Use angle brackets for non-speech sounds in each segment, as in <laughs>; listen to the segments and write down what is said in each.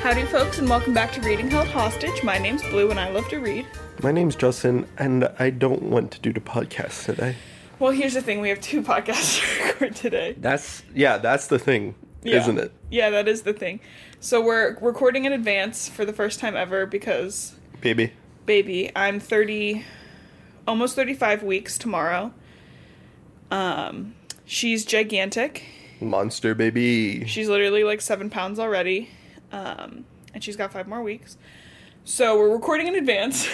Howdy, folks, and welcome back to Reading Held Hostage. My name's Blue, and I love to read. My name's Justin, and I don't want to do the podcast today. Well, here's the thing: we have two <laughs> podcasts to record today. That's yeah, that's the thing, Yeah. isn't it? Yeah, that is the thing. So we're recording in advance for the first time ever because, Baby. baby, I'm 30, almost 35 weeks tomorrow. Um, she's gigantic. Monster baby. She's literally like seven pounds already, um, and she's got five more weeks. So we're recording in advance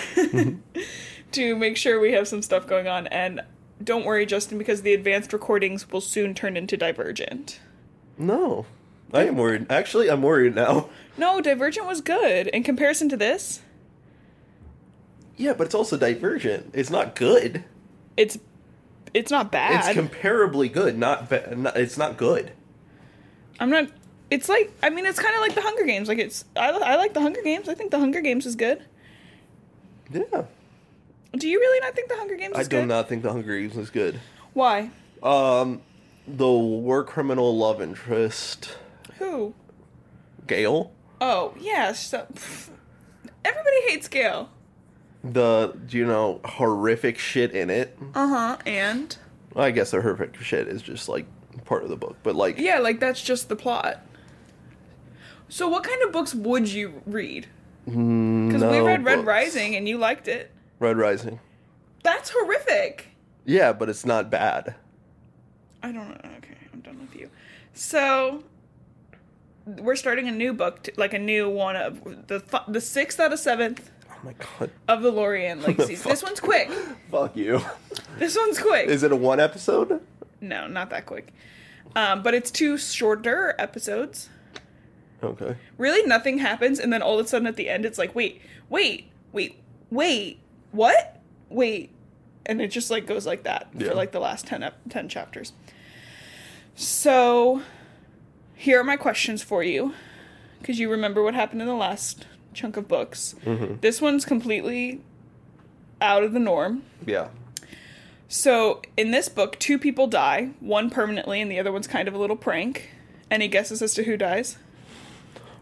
<laughs> <laughs> to make sure we have some stuff going on. And don't worry, Justin, because the advanced recordings will soon turn into Divergent. No. I am worried. Actually I'm worried now. No, Divergent was good in comparison to this. Yeah, but it's also divergent. It's not good. It's it's not bad. It's comparably good, not, ba- not it's not good. I'm not. It's like I mean, it's kind of like the Hunger Games. Like it's I I like the Hunger Games. I think the Hunger Games is good. Yeah. Do you really not think the Hunger Games is I do good? not think the Hunger Games is good. Why? Um the war criminal love interest Who? Gail. Oh, yeah. So, pff, everybody hates Gail. The you know, horrific shit in it. Uh huh. And? I guess the horrific shit is just like part of the book, but like Yeah, like that's just the plot. So, what kind of books would you read? Because we no read Red books. Rising and you liked it. Red Rising. That's horrific. Yeah, but it's not bad. I don't know. Okay, I'm done with you. So, we're starting a new book, t like a new one of the fi- the sixth out of seventh Oh my god. of the <laughs> Lorien Legacies. this Fuck. one's quick. <laughs> Fuck you. This one's quick. Is it a one episode? no, not that quick. Um, but it's two shorter episodes. Okay. really nothing happens and then all of a sudden at the end it's like wait wait wait wait what wait and it just like goes like that Yeah. for like the last 10 ep- 10 chapters so here are my questions for you because you remember what happened in the last chunk of books this one's completely out of the norm Yeah. so in this book two people die one permanently and the other one's kind of a little prank any guesses as to who dies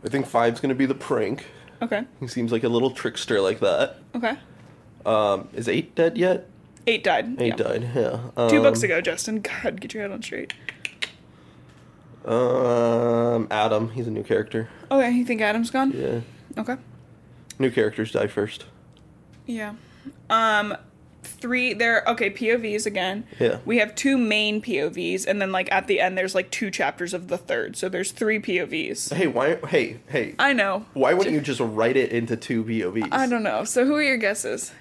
I think five's gonna be the prank. okay He seems like a little trickster like that. okay Um, is eight dead yet? Eight died. Eight yeah. died. Yeah. Um, Two books ago, Justin. God, get your head on straight. Um, Adam. He's a new character. Okay, you think Adam's gone? Yeah. Okay. New characters die first. Yeah. Um, three. There. Okay, POVs again. Yeah. We have two main POVs, and then like at the end, there's like two chapters of the third. So there's three <laughs> POVs. Hey, why? Hey, hey. I know. Why wouldn't you just write it into two VOVs? I don't know. So who are your guesses?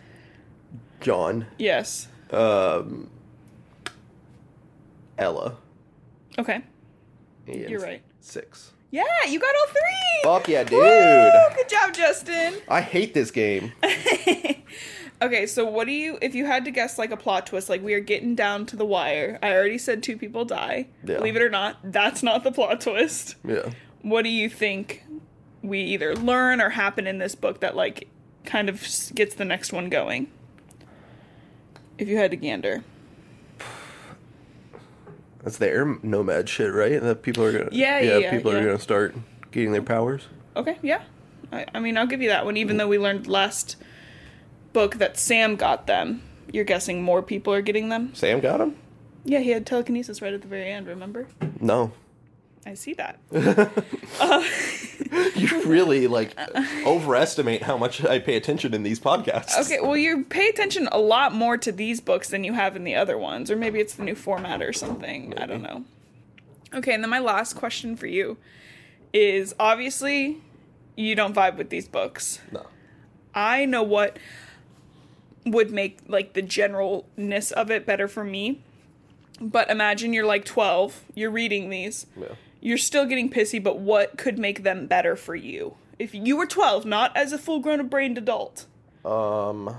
John. Yes. Um. Ella. Okay. Ian's You're right. Six. Yeah, you got all three. Fuck yeah, dude. Woo! Good job, Justin. I hate <laughs> this game. Okay, so what do you if you had to guess like a plot twist, like we are getting down to the wire. I already said two people die. Yeah. Believe it or not, that's not the plot twist. Yeah. What do you think we either learn or happen in this book that like kind of s- gets the next one going? If you had to gander. That's the air nomad shit, right? That people are gonna Yeah, yeah, yeah, people yeah. are gonna start getting their powers. Okay, yeah. I, I mean, I'll give you that one even though we learned last book that Sam got them. You're guessing more people are getting them? Sam got him? Yeah, he had telekinesis right at the very end, remember? <laughs> No. I see that. Uh, You really like overestimate how much I pay attention in these podcasts. <laughs> Okay, well, you pay attention a lot more to these books than you have in the other ones, or maybe it's the new format or something. I don't know. Okay, and then my last question for you is obviously you don't vibe with these books. No. I know what would make like the generalness of it better for me. But imagine you're like 12, you're reading these. Yeah. You're still getting pissy, but what could make them better for you? If you were 12, not as a full-grown brained adult. Um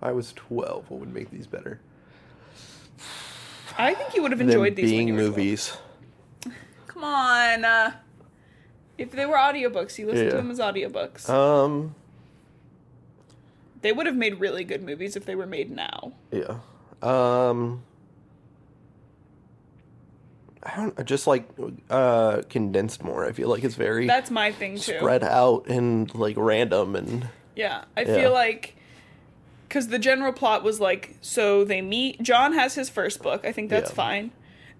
I was twelve. What would make these better? I think you would have enjoyed these Them when being you were movies. 12. Come on. Uh, if they were audiobooks, you listen to Yeah. them as audiobooks. Um they would have made really good movies if they were made now. Yeah. Um I don't just like uh condensed more. I feel like it's very That's my thing too. spread out and like random and Yeah, I Yeah. feel like because the general plot was like, so they meet. John has his first book. I think that's Yeah. fine.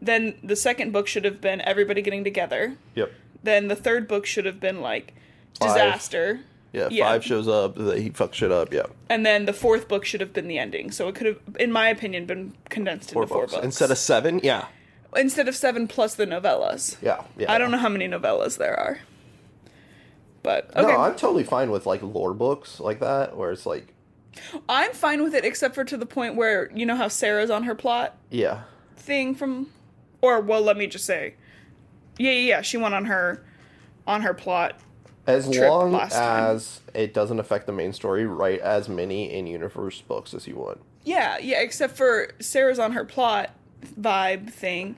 Then the second book should have been everybody getting together. yep. Then the third book should have been like Five. disaster. Yeah, Yeah. five shows up, they, he fucks shit up, yeah. And then the fourth book should have been the ending. So it could have, in my opinion, been condensed Four into four books. Instead of seven, yeah. Instead of seven plus the novellas. Yeah. Yeah. I don't know how many novellas there are. But No, okay. I'm totally fine with like lore books like that where it's like I'm fine with it except for to the point where you know how Sarah's on her plot? yeah. thing from or well let me just say yeah yeah, yeah she went on her on her plot As Trip long last time. as it doesn't affect the main story, write as many in universe books as you want. yeah yeah except for sarah's on her plot vibe thing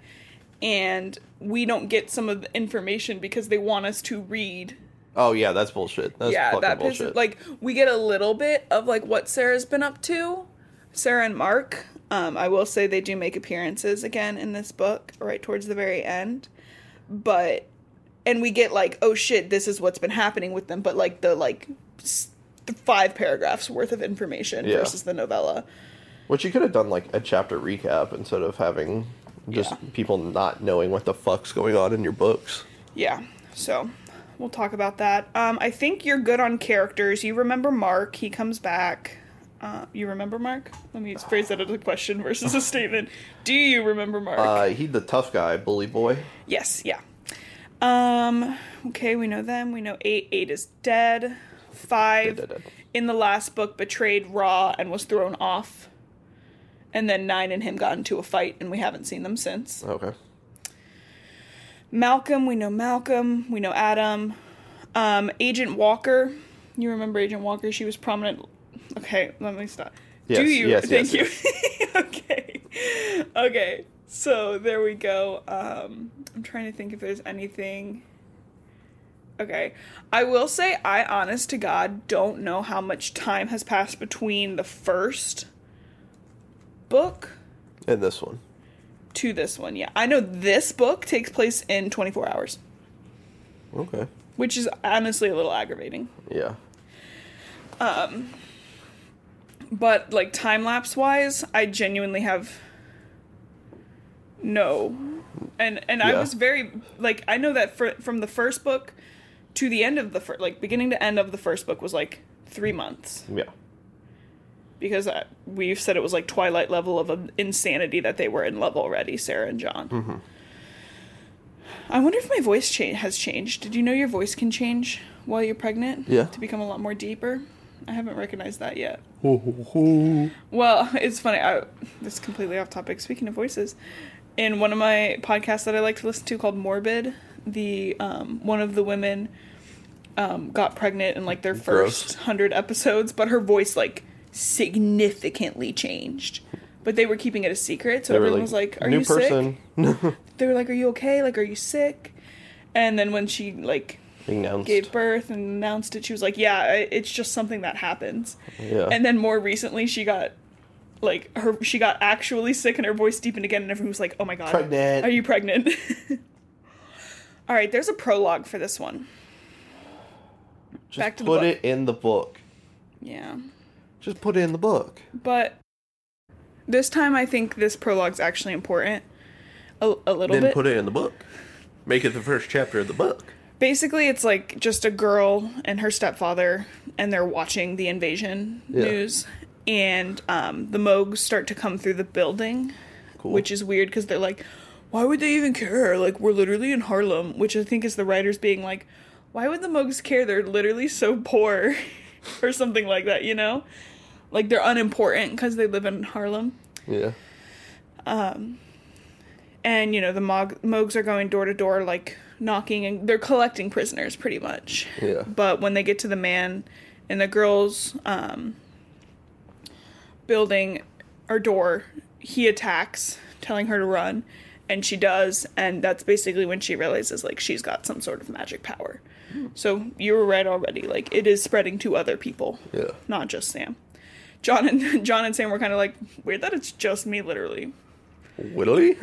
and we don't get some of the information because they want us to read Oh yeah, that's bullshit. That's yeah fucking that bullshit. pisses like we get a little bit of like what sarah's been up to sarah and mark um, i will say they do make appearances again in this book right towards the very end but and we get like oh shit this is what's been happening with them but like the like s- the five paragraphs worth of information Yeah. versus the novella Which you could have done like a chapter recap instead of having just Yeah. people not knowing what the fuck's going on in your books. yeah so we'll talk about that um, i think you're good on characters you remember mark he comes back uh, you remember mark let me phrase that as a question versus <laughs> a statement do you remember mark Uh, he the tough guy, bully boy. yes yeah um okay we know them we know eight eight is dead five Dead, dead, dead. in the last book betrayed Ra and was thrown off. And then Nine and him got into a fight, and we haven't seen them since. Okay. Malcolm, we know Malcolm, we know Adam. Um, Agent Walker, you remember Agent Walker? She was prominent. Okay, let me stop. Do Yes, you? yes, Thank yes, you. <laughs> okay. Okay, so there we go. Um, I'm trying to think if there's anything. Okay. I will say, I honest to God don't know how much time has passed between the first book And this one. to this one. Yeah. I know this book takes place in 24 hours, Okay. which is honestly a little aggravating. Yeah. But like time lapse wise, I genuinely have no. And and I Yeah. was very like I know that for, from the first book to the end of the first like beginning to end of the first book was like 3 months Yeah. because I, we've said it was like twilight level of um, insanity that they were in love already, Sarah and John. I wonder if my voice cha- has changed. Did you know your voice can change while you're pregnant? Yeah. To become a lot more deeper. I haven't recognized that yet. Well, <laughs> it's funny. I, this is completely off topic. Speaking of voices, in one of my podcasts that I like to listen to called Morbid, the um, one of the women um, got pregnant in like their Gross. first hundred episodes, but her voice like significantly changed. But they were keeping it a secret, so They were everyone was like, "Are new you sick?" person. <laughs> They were like, "Are you okay? Like, are you sick?" And then when she like Announced. gave birth and announced it, she was like, "Yeah, I- it's just something that happens." yeah. And then more recently, she got like her she got actually sick and her voice deepened again, and everyone was like, "Oh my god, Pregnant. Are you pregnant?" <laughs> All right, there's a prologue for this one. Just back to the put book. it in the book. Yeah, Just put it in the book. but this time I think this prologue's actually important. A, a little Then bit. put it in the book. Make it the first chapter of the book. Basically, it's like just a girl and her stepfather, and they're watching the invasion Yeah. news, and um, the Moogs start to come through the building, Cool. which is weird because they're like, why would they even care? Like, we're literally in Harlem, which I think is the writers being like, why would the Moogs care? They're literally so poor, <laughs> or something like that, you know? Like, they're unimportant because they live in Harlem. Yeah. And, you know, the Mog- Moogs are going door to door, like, knocking and they're collecting prisoners pretty much. Yeah. But when they get to the man and the girl's um, building or door, he attacks, telling her to run, and she does, and that's basically when she realizes like she's got some sort of magic power. So you were right already. Like it is spreading to other people, Yeah. not just Sam. <laughs> John <laughs> and John and Sam were kind of like weird that it's just me, literally. Whittly?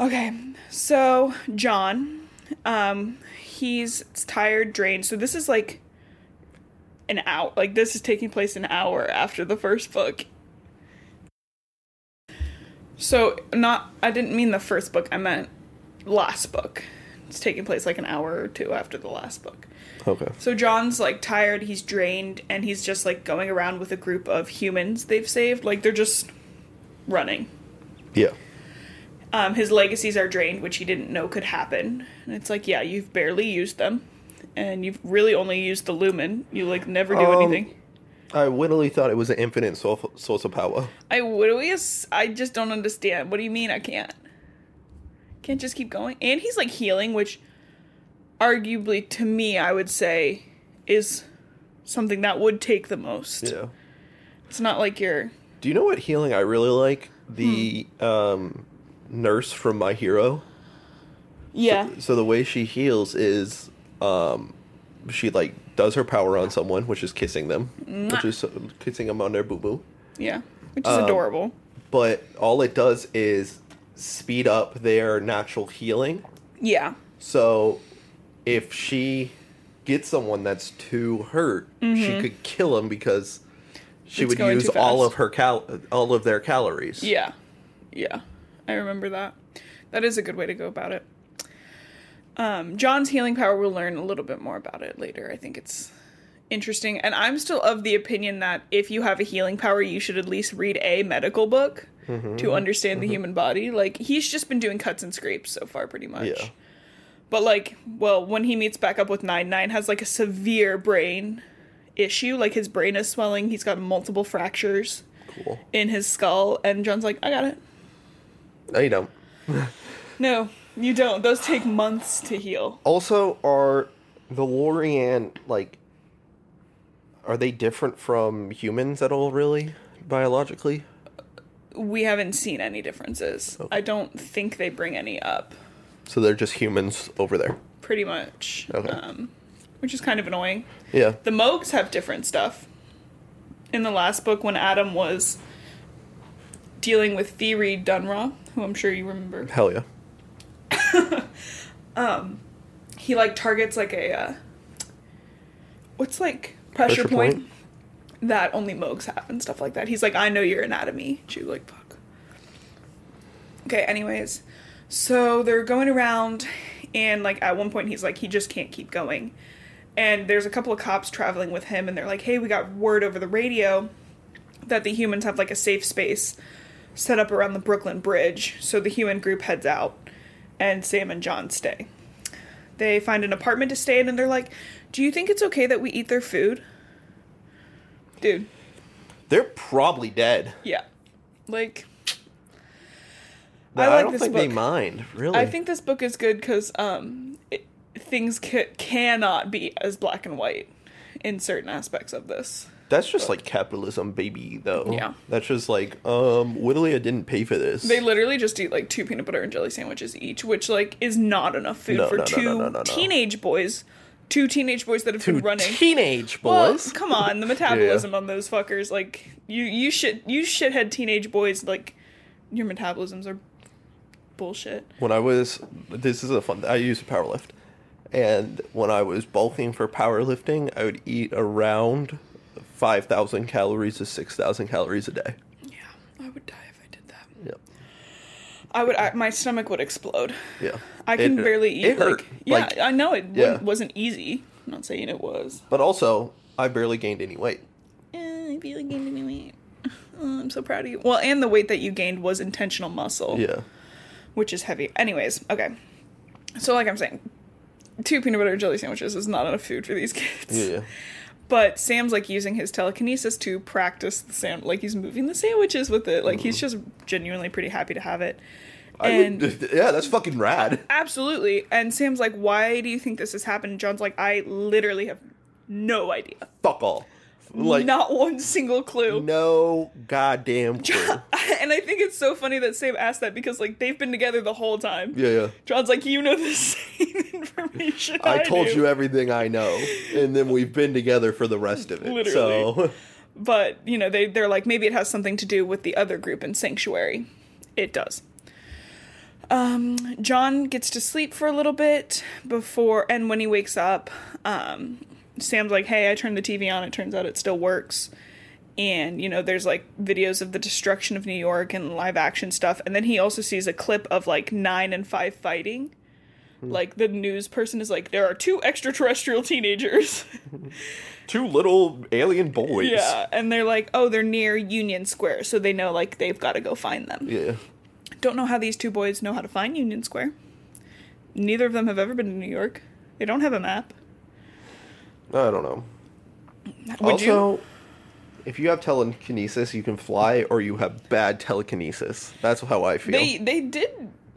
Okay, so John, um, he's tired, drained. So this is like an hour. Like this is taking place an hour after the first book. So not, I didn't mean the first book. I meant last book. It's taking place like an hour or two after the last book. Okay. So John's like tired, he's drained, and he's just like going around with a group of humans they've saved. Like they're just running. Yeah. Um, his legacies are drained, which he didn't know could happen. And it's like, yeah, you've barely used them, and you've really only used the lumen. You like never do Um, anything. I wittily thought it was an infinite soul- source of power. I what do we? ass- I just don't understand. What do you mean I can't? Can't just keep going. And he's like healing, which arguably to me, I would say, is something that would take the most. Yeah. It's not like you're Do you know what healing I really like? The um, nurse from My Hero. yeah. So the way she heals is um, she like does her power on someone, which is kissing them, which is uh, kissing them on their boo boo. Yeah, which um, is adorable. But all it does is speed up their natural healing. Yeah, So if she gets someone that's too hurt, she could kill him because Mm-hmm. she It's would going use too all fast. of her cal- all of their calories. yeah, yeah. I remember that. That is a good way to go about it. Um, John's healing power. We'll learn a little bit more about it later. I think it's interesting, and I'm still of the opinion that if you have a healing power, you should at least read a medical book to understand the human body. Like he's just been doing cuts and scrapes so far, pretty much. Yeah. But like, well, when he meets back up with Nine Nine, has like a severe brain issue. Like his brain is swelling. He's got multiple fractures. Cool. in his skull, and John's like, I got it. No, you don't. No, you don't. Those take months to heal. Also, are the Lorian like are they different from humans at all? Really, biologically? We haven't seen any differences. I don't think they bring any up, So they're just humans over there. pretty much. Okay. Um, which is kind of annoying. Yeah. The Moogs have different stuff. In the last book, when Adam was dealing with Theory Dunra, who I'm sure you remember, Hell yeah. he like targets like a uh, what's like pressure, Pressure point, point? that only Moogs have and stuff like that. He's like, I know your anatomy. Chew like fuck. Okay, anyways, so they're going around, and like at one point he's like, he just can't keep going, and there's a couple of cops traveling with him, and they're like, hey, we got word over the radio that the humans have like a safe space set up around the Brooklyn Bridge, so the human group heads out, and Sam and John stay. They find an apartment to stay in and they're like, Do you think it's okay that we eat their food? Dude, They're probably dead. yeah. Like, But I, like don't this think book. they mind. Really. I think this book is good because um, it, things ca- cannot be as black and white in certain aspects of this. That's just like capitalism, baby. Though. Yeah. That's just like, um, literally, I didn't pay for this. They literally just eat like two peanut butter and jelly sandwiches each, which like is not enough food No, for no, no, no, two no, no, no. teenage boys, two teenage boys that have Two been running. teenage Well, boys. come on, <laughs> the metabolism on those fuckers. Like you, you shit, you shithead teenage boys. Like your metabolisms are bullshit. when I was, this is a fun. I used to power lift, and when I was bulking for powerlifting, I would eat around five thousand calories to six thousand calories a day. Yeah, I would die if I did that. Yep. I would. I, my stomach would explode. Yeah. I can It- barely eat. It hurt. Like, yeah, Like, I know it yeah. wa- wasn't easy. I'm not saying it was. but also, I barely gained any weight. Eh, I feel like gaining any weight. <laughs> Oh, I'm so proud of you. Well, and the weight that you gained was intentional muscle. Yeah. which is heavy. Anyways, okay. So like I'm saying, two peanut butter and jelly sandwiches is not enough food for these kids. Yeah. But Sam's like using his telekinesis to practice the sand like he's moving the sandwiches with it. Like he's Mm-hmm. just genuinely pretty happy to have it. And I would, <laughs> yeah, that's fucking rad. absolutely. And Sam's like, "Why do you think this has happened?" And John's like, "I literally have no idea. Fuck all. Like not one single clue." no goddamn clue. <laughs> and I think it's so funny that Sam asked that because like they've been together the whole time. yeah, yeah. John's like, "You know the <laughs> same information I, I told do." you everything I know, and then we've been together for the rest of it. So, <laughs> but you know they they're like maybe it has something to do with the other group in sanctuary it does Um, John gets to sleep for a little bit before, and when he wakes up, um, Sam's like, "Hey, I turned the TV on. It turns out it still works." And you know, there's like videos of the destruction of New York and live action stuff, and then he also sees a clip of like nine and five fighting. Like the news person is like, "There are two extraterrestrial teenagers." <laughs> Two little alien boys. yeah, and they're like, "Oh, they're near Union Square," so they know like they've got to go find them. Yeah. Don't know how these two boys know how to find Union Square. Neither of them have ever been to New York. They don't have a map. I don't know. Would also, if you have telekinesis, you can fly, or you have bad telekinesis. That's how I feel. they they did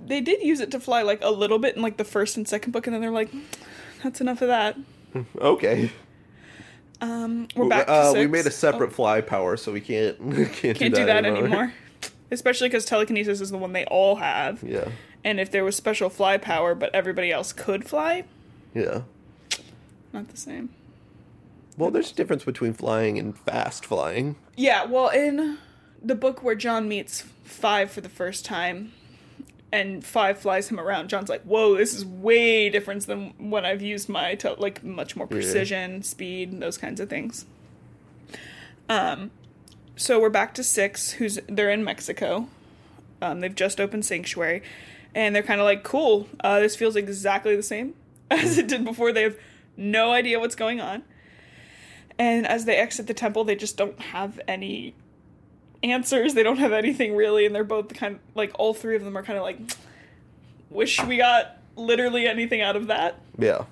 they did use it to fly like a little bit in like the first and second book, and then they're like, that's enough of that. okay. Um, we're back. To uh, six. Oh, We made a separate fly power, so we can't <laughs> can't, Can't do that anymore. Especially because telekinesis is the one they all have, <laughs> yeah. and if there was special fly power, but everybody else could fly, Yeah. not the same. Well, there's a difference between flying and fast flying. Yeah, well, in the book where John meets Five for the first time, and Five flies him around, John's like, "Whoa, this is way different than when I've used my tel- like much more precision, speed, those kinds of things." Um, so we're back to Six, who's they're in Mexico. Um, they've just opened Sanctuary, and they're kind of like, "Cool, uh, this feels exactly the same <laughs> as it did before." They have no idea what's going on. And as they exit the temple, they just don't have any answers. They don't have anything really, and they're both kind of like all three of them are kind of like, wish we got literally anything out of that. Yeah.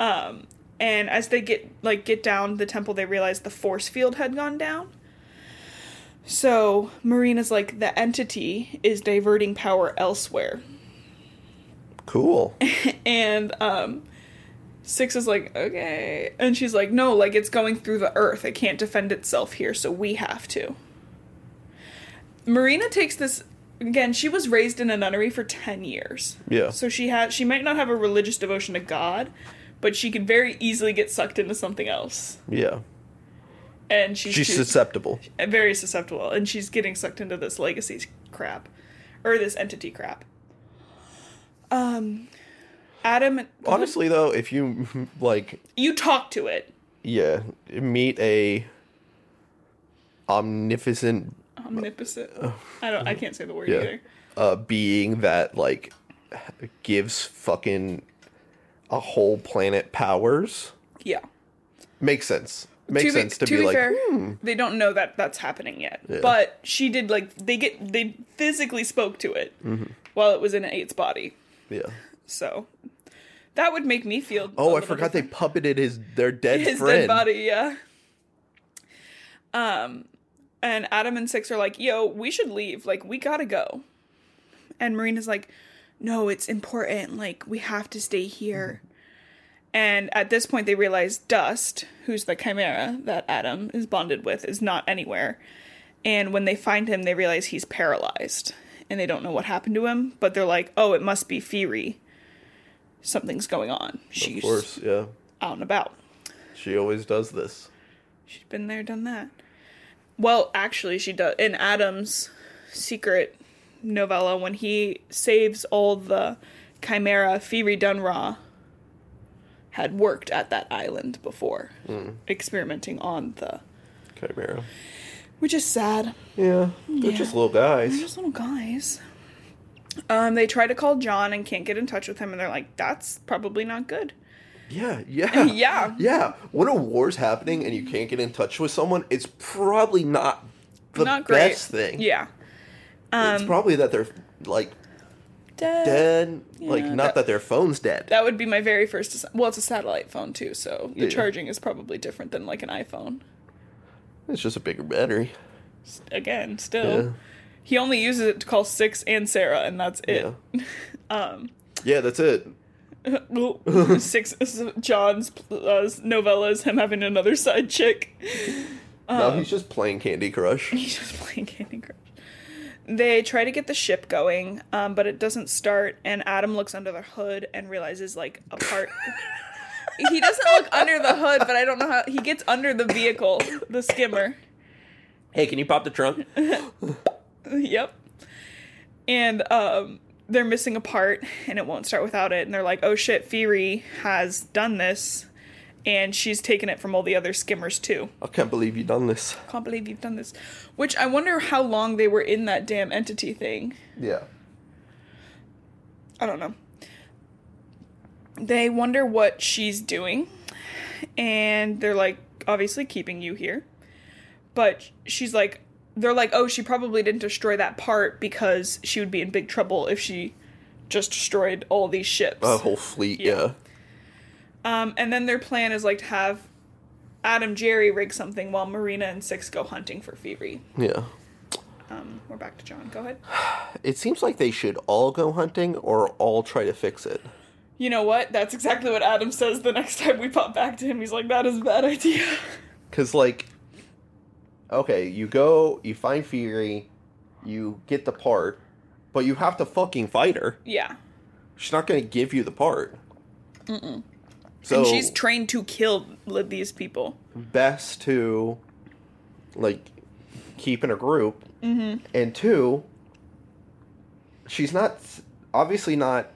Um, and as they get like get down the temple, they realize the force field had gone down. So Marina's like the entity is diverting power elsewhere, <laughs> Cool. and um, Six is like okay, and she's like no, like it's going through the earth. It can't defend itself here, so we have to. Marina takes this again. She was raised in a nunnery for ten years. Yeah. So she had she might not have a religious devotion to God, but she could very easily get sucked into something else. Yeah. And she's, She's too- susceptible. very susceptible, and she's getting sucked into this legacy crap, or this entity crap. Um, Adam, Honestly, though, if you like, you talk to it. yeah, meet a omnipotent Omnipotent. I don't. I can't say the word Oh. yeah, either. uh, being that like gives fucking a whole planet powers, Yeah. makes sense. Makes be- sense to, be, like, "Hmm, fair, they don't know that that's happening yet. But she did like they get they physically spoke to it Mm-hmm. while it was in eight's body. yeah. So that would make me feel. Oh, I forgot they puppeted his their dead his friend. dead body. Yeah. Um, and Adam and Six are like, "Yo, we should leave. Like, we gotta go." And Marina's like, "No, it's important. Like, we have to stay here." And at this point, they realize Dust, who's the chimera that Adam is bonded with, is not anywhere. And when they find him, they realize he's paralyzed and they don't know what happened to him, but they're like, oh, it must be Firi. Something's going on. Of She's course, yeah. out and about. She always does this. She's been there, done that. Well, actually, she does. In Adam's secret novella, when he saves all the Chimera, Firi Dunra had worked at that island before, Hmm. experimenting on the. Chimera. Which is sad. Yeah, they're just little They're guys. just little guys. Um, they try to call John and can't get in touch with him, and they're like, "That's probably not <laughs> good." Yeah, yeah, Yeah. yeah. When a war's happening and you can't get in touch with someone, it's probably not the not great. best thing. Yeah. it's probably that they're like Dead. dead. like, Yeah, not that- that, their phone's dead. That would be my very first. desi- Well, it's a satellite phone too, so the Yeah. charging is probably different than like an iPhone. it's just a bigger battery. S- Again, still, Yeah. he only uses it to call Six and Sarah, and that's it. <laughs> Um, Yeah, that's it. <laughs> <laughs> Six is John's uh, novella is him having another side chick. <laughs> um, no, he's just playing Candy Crush. He's just playing Candy Crush. They try to get the ship going, um, but it doesn't start. And Adam looks under the hood and realizes like a part. <laughs> he doesn't look under the hood, but I don't know how he gets under the vehicle, the skimmer. <laughs> Hey, can you pop the trunk? yep. And um, they're missing a part and it won't start without it and they're like oh shit Firi has done this and she's taken it from all the other skimmers too I can't believe you done this. can't believe you've done this which i wonder how long they were in that damn entity thing Yeah. I don't know. They wonder what she's doing, and they're like, obviously keeping you here. But she's like, they're like, oh, she probably didn't destroy that part because she would be in big trouble if she just destroyed all these ships. A whole fleet, yeah. Yeah. Um, and then their plan is like to have Adam Jerry rig something while Marina and Six go hunting for Phoebe. yeah. Um, we're back to John. Go ahead. It seems like they should all go hunting or all try to fix it. You know what? That's exactly what Adam says the next time we pop back to him. He's like, that is a bad idea. Cause like okay, you go, you find Fury, you get the part, but you have to fucking fight her. yeah. She's not gonna give you the part. Mm-mm. So and she's trained to kill li- these people. best to like keep in a group Mm-hmm. and two she's not obviously not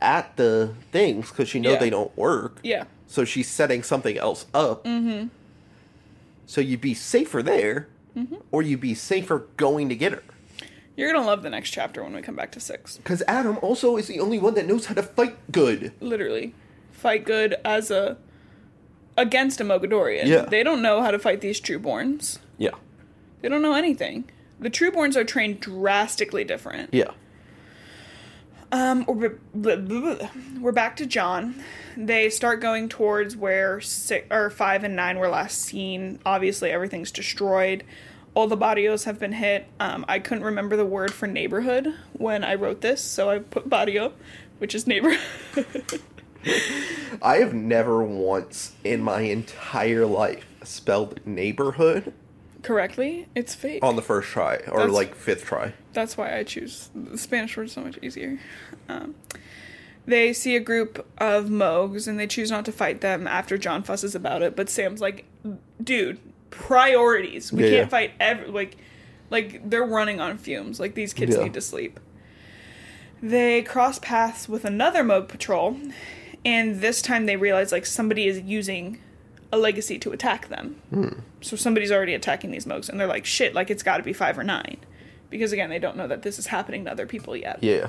at the things because she knows Yeah. they don't work Yeah. so she's setting something else up mm-hmm. so you'd be safer there or you'd be safer going to get her You're going to love the next chapter when we come back to six. because adam also is the only one that knows how to fight good Literally. Fight good as a. against a Mogadorian. Yeah. They don't know how to fight these Trueborns. yeah They don't know anything. The Trueborns are trained drastically different. yeah Um, we're, b- blah, blah, blah. we're back to John. They start going towards where six or five and nine were last seen. Obviously, everything's destroyed. All the barrios have been hit. Um, I couldn't remember the word for neighborhood when I wrote this, so I put barrio, which is neighborhood. <laughs> I have never once in my entire life spelled neighborhood correctly. It's fake. on the first try or That's- like fifth try. That's why I choose the Spanish word so much easier. Um, they see a group of Moogs and they choose not to fight them after John fusses about it. But Sam's like, dude, priorities. We Yeah, can't yeah. fight every like, like they're running on fumes. Like these kids Yeah. need to sleep. They cross paths with another Moog patrol, and this time they realize like somebody is using a legacy to attack them. Hmm. So somebody's already attacking these Moogs, and they're like, shit, like it's got to be five or nine. Because again, they don't know that this is happening to other people yet. Yeah.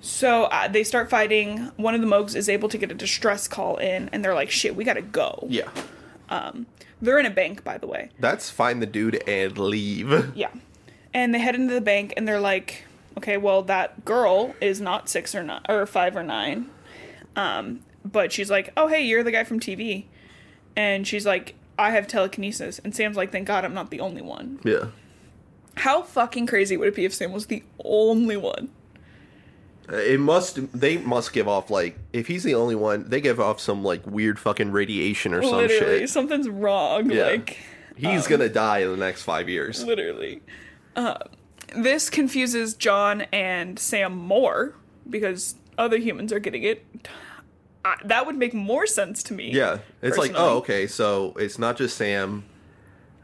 So uh, they start fighting. One of the Moogs is able to get a distress call in, and they're like, shit, we got to go. Yeah. They're in a bank, by the way. That's find the dude and leave. Yeah. And they head into the bank, and they're like, okay, well, that girl is not six or nine, or five or nine. Um, but she's like, oh, hey, you're the guy from TV. And she's like, I have telekinesis. And Sam's like, thank God I'm not the only one. <laughs> Yeah. How fucking crazy would it be if Sam was the only one? It must they must give off like if he's the only one, they give off some like weird fucking radiation or some literally, shit. something's wrong. Yeah. Like, He's Um, gonna die in the next five years. literally. Uh, this confuses John and Sam more because other humans are getting it. I, that would make more sense to me. Yeah. It's like, personally. oh, okay, so it's not just Sam.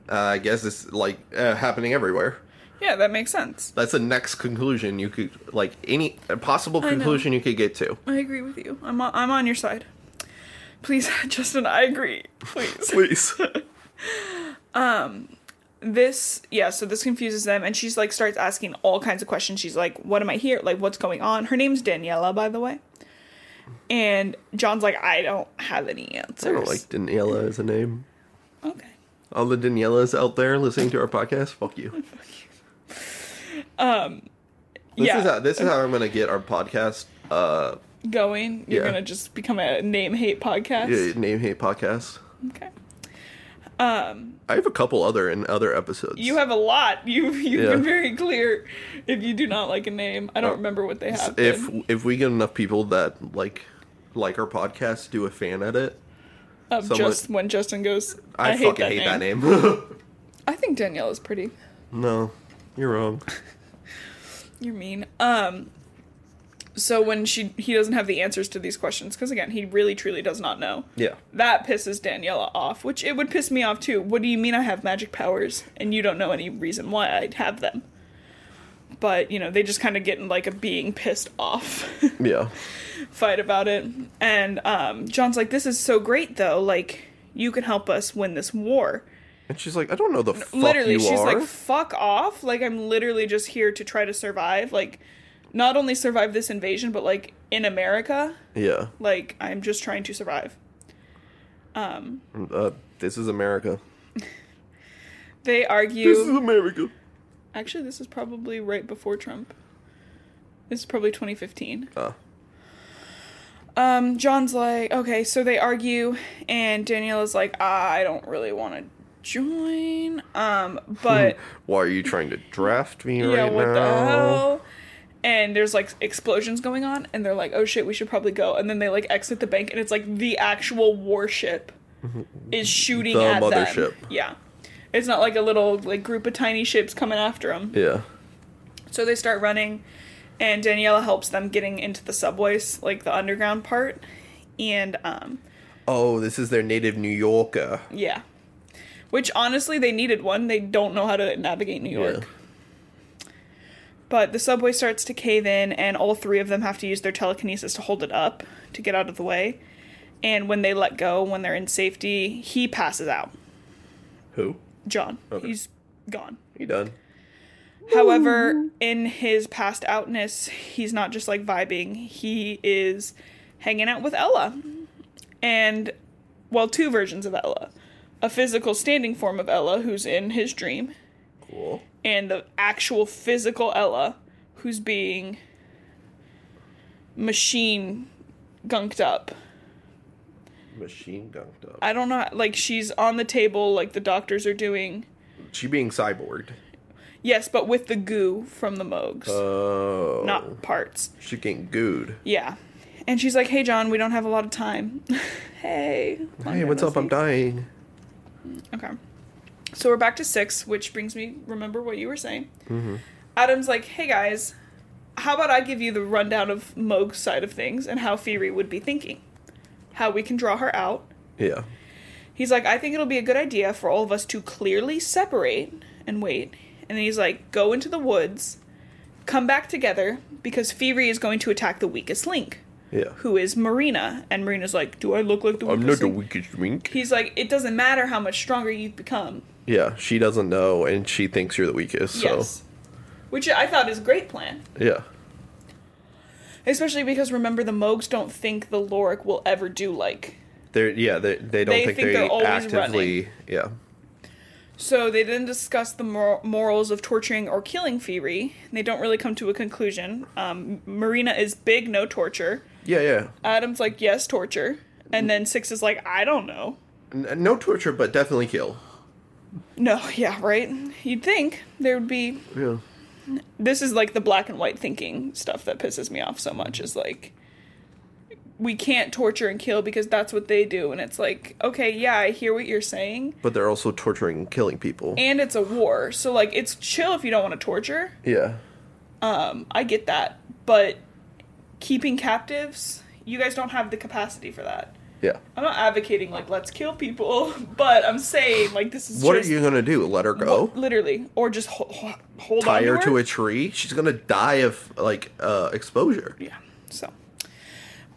Uh, I guess it's like uh, happening everywhere. Yeah, that makes sense. That's the next conclusion you could like any a possible know. conclusion you could get to. I agree with you. I'm on, I'm on your side. Please, <laughs> Justin, I agree. <laughs> Please. Please. this yeah so this confuses them and she's like starts asking all kinds of questions she's like what am i here like what's going on her name's daniela by the way and john's like i don't have any answers I don't like Daniela as a name. okay All the Danielas out there listening to our podcast, fuck you. This yeah is how this is how I'm gonna get our podcast uh going you're Yeah. gonna just become a name hate podcast yeah, name hate podcast. okay I have a couple other in other episodes. you have a lot you've you've Yeah. Uh, been very clear if you do not like a name i don't remember what they have if been. if we get enough people that like like our podcast, do a fan edit. of someone- just when justin goes I, i, fucking hate that name. <laughs> i think danielle is pretty no, you're wrong. You're mean. Um so when she he doesn't have the answers to these questions cuz again, he really truly does not know. Yeah, That pisses Daniela off, which it would piss me off too. What do you mean I have magic powers and you don't know any reason why I'd have them? But, you know, they just kind of get in like a being pissed off <laughs> Yeah. fight about it. And um, John's like, this is so great though. Like, you can help us win this war. And she's like, I don't know the fuck literally, you she's are. like, fuck off. Like, I'm literally just here to try to survive. Like, not only survive this invasion, but like in America, yeah. like, I'm just trying to survive. Uh, this is America. They This is argue. America. Actually, this is probably right before Trump. This is probably 2015. Uh, Um, John's like, okay, so they argue, and Daniela's like, ah, I don't really want to join. Um, <laughs> but why are you trying to draft me yeah, right what now? the hell? And there's like explosions going on, and they're like, oh shit, we should probably go. And then they like exit the bank, and it's like the actual warship is shooting Mm-hmm. The at mothership. them. Yeah, it's not like a little like group of tiny ships coming after them. Yeah. So they start running, and Daniela helps them getting into the subways, like the underground part. And um, Oh, this is their native New Yorker. yeah. Which honestly, they needed one. They don't know how to navigate New York. Yeah. But the subway starts to cave in, and all three of them have to use their telekinesis to hold it up to get out of the way. And when they let go, when they're in safety, he passes out. Who? John. Okay. He's gone. He done. However, in his past outness, he's not just like vibing. He is hanging out with Ella. And, well, two versions of Ella a physical standing form of Ella, who's in his dream, Cool. and the actual physical Ella, who's being machine gunked up. Machine gunked up. I don't know, like, she's on the table, like the doctors are doing. She being cyborged. Yes, but with the goo from the Moogs, Oh. not parts. She getting gooed. Yeah. And she's like, hey, John, we don't have a lot of time. <laughs> hey. Hey, what's up? I'm dying. Okay. So we're back to six, which brings me, remember what you were saying? Mm-hmm. Adam's like, hey, guys, how about I give you the rundown of Moog's side of things and how Fury would be thinking? How we can draw her out. Yeah. He's like, I think it'll be a good idea for all of us to clearly separate and wait. And then he's like, go into the woods, come back together, because Fury is going to attack the weakest link. Yeah. who is Marina, and Marina's like, "Do I look like the I'm weakest not the link?" weakest link. He's like, "It doesn't matter how much stronger you've become." Yeah, she doesn't know, and she thinks you're the weakest. So Yes, which I thought is a great plan, yeah, especially because remember the Moogs don't think the Lorik will ever do like. they're yeah they they don't They think, think they they're always actively yeah So they then discuss the mor- morals of torturing or killing Fury. They don't really come to a conclusion. Um, Marina is big no torture. yeah yeah Adam's like yes torture, and then Six is like I don't know. N- no torture but definitely kill No, <laughs> yeah, right. You'd think there would be yeah this is like the black and white thinking stuff that pisses me off so much is like we can't torture and kill because that's what they do and it's like okay yeah i hear what you're saying but they're also torturing and killing people and it's a war so like it's chill if you don't want to torture yeah um i get that but keeping captives you guys don't have the capacity for that yeah i'm not advocating like let's kill people <laughs> but i'm saying like this is what are just, you gonna do let her go what- literally or just ho- ho- hold on tie her her? to a tree she's gonna die of like uh exposure yeah so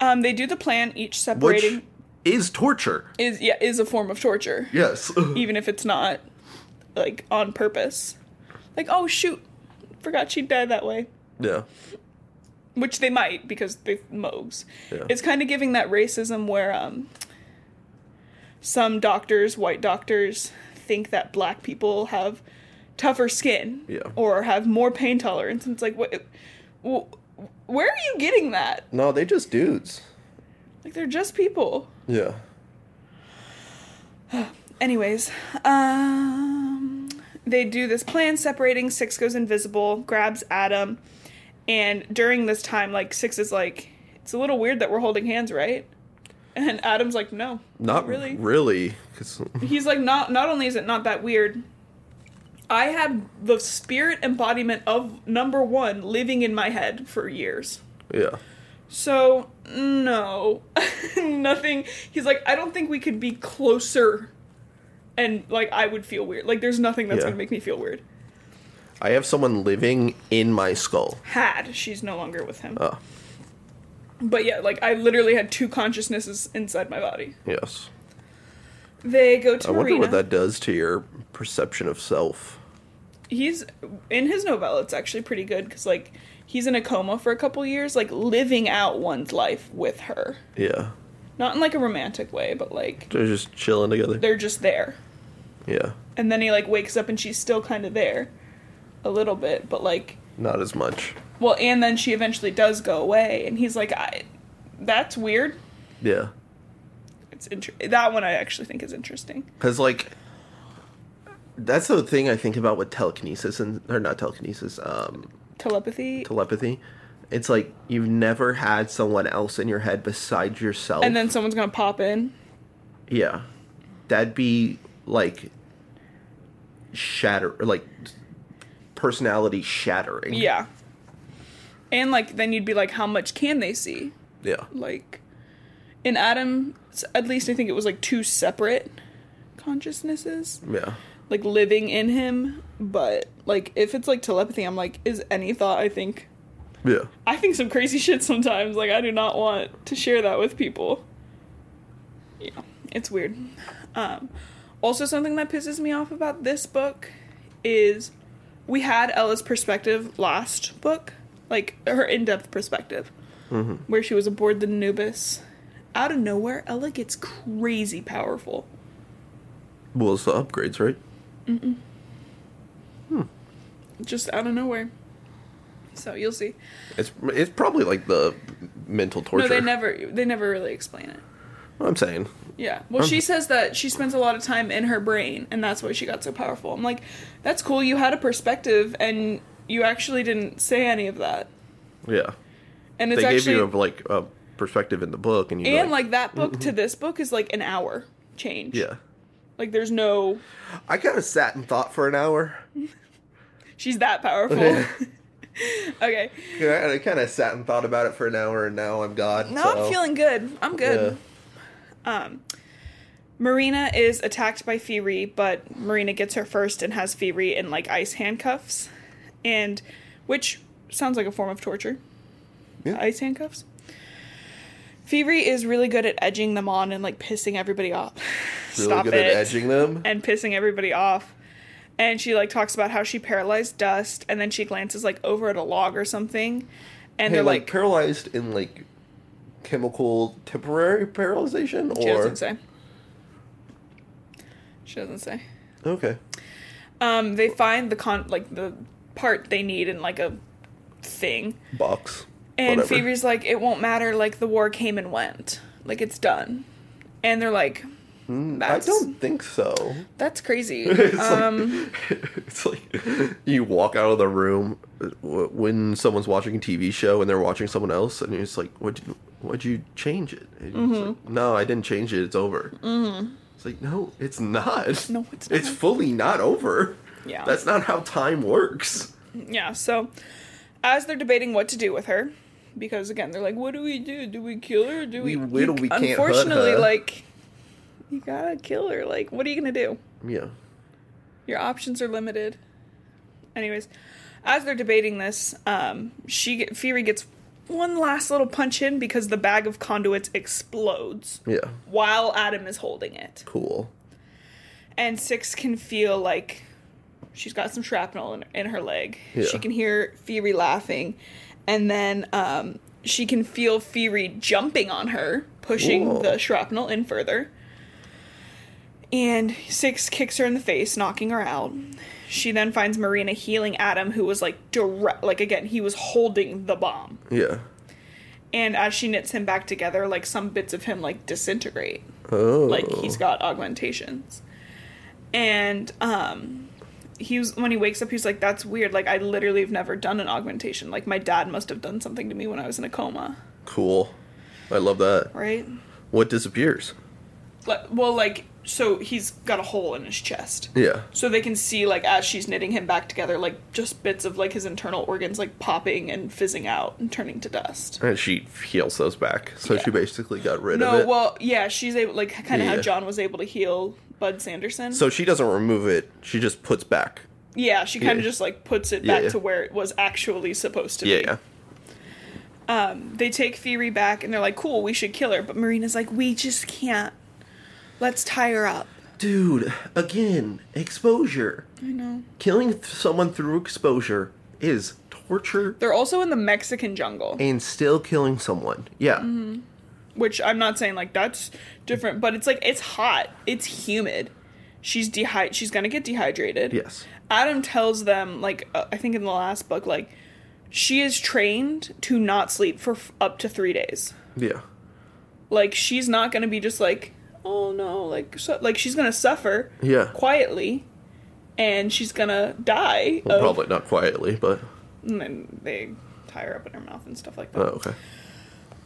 um they do the plan each which separating is torture is yeah is a form of torture yes <laughs> even if it's not like on purpose like oh shoot forgot she'd die that way yeah which they might because they mogs Yeah. it's kind of giving that racism where um some doctors white doctors think that black people have tougher skin Yeah. or have more pain tolerance and it's like what wh- where are you getting that no they just dudes like they're just people yeah Anyways, um, they do this plan separating. Six goes invisible, grabs Adam, and during this time, like Six is like, "It's a little weird that we're holding hands, right?" And Adam's like, "No, not really really." really 'cause- He's like, "Not not only is it not that weird, I had the spirit embodiment of number one living in my head for years." yeah So, no. <laughs> Nothing. He's like, I don't think we could be closer. And, like, I would feel weird. Like, there's nothing that's Yeah. going to make me feel weird. I have someone living in my skull. Had she's no longer with him. Oh, But yeah, like I literally had two consciousnesses inside my body. yes. They go to I wonder Marina. what that does to your perception of self. he's in his novella. It's actually pretty good because like he's in a coma for a couple years, like living out one's life with her, Yeah. not in like a romantic way, but like They're just chilling together. they're just there. Yeah. And then he like wakes up and she's still kind of there, a little bit, but like Not as much. well, and then she eventually does go away, and he's like, I, that's weird. Yeah. It's inter- that one I actually think is interesting. Because, like, that's the thing I think about with telekinesis and, or not telekinesis, um, Telepathy, telepathy. It's like you've never had someone else in your head besides yourself. and then someone's gonna pop in. Yeah. That'd be like shatter like personality shattering. Yeah. And like then you'd be like, how much can they see? Yeah. Like in Adam at least I think it was like two separate consciousnesses. Yeah. Like living in him. But like if it's like telepathy, I'm like, is any thought I think Yeah. I think some crazy <laughs> shit sometimes. Like I do not want to share that with people. Yeah. It's weird. Um also something that pisses me off about this book is we had Ella's perspective last book, like her in-depth perspective, where she was aboard the Anubis. Out of nowhere, Ella gets crazy powerful. Well, it's the upgrades, right? Just out of nowhere. So you'll see. It's it's probably like the mental torture. No, they never they never really explain it. I'm saying. Yeah. Well, she says that she spends a lot of time in her brain, and that's why she got so powerful. I'm like, that's cool. You had a perspective, and you actually didn't say any of that. Yeah. And They it's gave actually you a, like a perspective in the book, and you and like that book to this book is like an hour change. "Mm-hmm." yeah. Like there's no I kind of sat and thought for an hour. she's <laughs> that powerful. <laughs> okay. Yeah, and I kind of sat and thought about it for an hour, and now I'm God. No, so- I'm feeling good. I'm good. Um Marina is attacked by Firi, but Marina gets her first and has Firi in like ice handcuffs. And which sounds like a form of torture. Yeah. Ice handcuffs. Firi is really good at edging them on and like pissing everybody off. Really Stop good it. at edging them. and pissing everybody off. And she like talks about how she paralyzed dust and then she glances like over at a log or something. And hey, they're like, like, paralyzed in like chemical temporary paralyzation she or doesn't say. She doesn't say. okay Um, they find the con like the part they need in like a thing. box And whatever. Phoebe's like, it won't matter, like the war came and went. Like it's done. And they're like, Hmm, I that's, don't think so. <laughs> that's crazy. It's um, like <laughs> it's like you walk out of the room uh, w- when someone's watching a TV show and they're watching someone else, and you're just like, "What? What'd you change it?" And it's Mm-hmm. like, no, I didn't change it. It's over. Mm-hmm. It's like no, it's <laughs> not. No, it's It's not. fully not over. Yeah. that's not how time works. Yeah, so as they're debating what to do with her, because again, they're like, what do we do? Do we kill her? Do we, We whittle, we can't hurt Unfortunately, her. like, you gotta kill her. Like, what are you gonna do? Yeah. Your options are limited. Anyways, as they're debating this, um, she get, Fury gets one last little punch in because the bag of conduits explodes Yeah. while Adam is holding it, Cool. and Six can feel like she's got some shrapnel in, in her leg. Yeah. She can hear Fury laughing, and then um, she can feel Fury jumping on her, pushing Whoa. the shrapnel in further. And Six kicks her in the face, knocking her out. She then finds Marina healing Adam, who was like direct, like again, he was holding the bomb. Yeah. And as she knits him back together, like some bits of him like disintegrate Oh. like he's got augmentations and um he was when he wakes up he's like that's weird like i literally have never done an augmentation like my dad must have done something to me when i was in a coma cool. I love that. right What disappears? Like- well like so he's got a hole in his chest Yeah. so they can see like as she's knitting him back together like just bits of like his internal organs like popping and fizzing out and turning to dust And she heals those back. So Yeah. she basically got rid of no it. well yeah she's able like kind of Yeah. how john was able to heal bud sanderson so she doesn't remove it. She just puts back Yeah, she kind of Yeah. just like puts it Yeah, back yeah. to where it was actually supposed to Yeah, be. yeah. Um, they take Theory back and they're like, cool, we should kill her. But Marina's like, we just can't. Let's tie her up. Dude, again, exposure. I know. Killing th- someone through exposure is torture They're also in the Mexican jungle, and still killing someone. Yeah. Mm-hmm. which I'm not saying like that's different, but it's like it's hot, it's humid. She's dehy- she's gonna get dehydrated. Yes. Adam tells them like uh, I think in the last book like she is trained to not sleep for f- up to 3 days. Yeah. Like she's not going to be just like oh no, like so, like she's going to suffer Yeah. quietly and she's going to die Well, of- probably not quietly, but and then they tie her up in her mouth and stuff like that. oh, okay.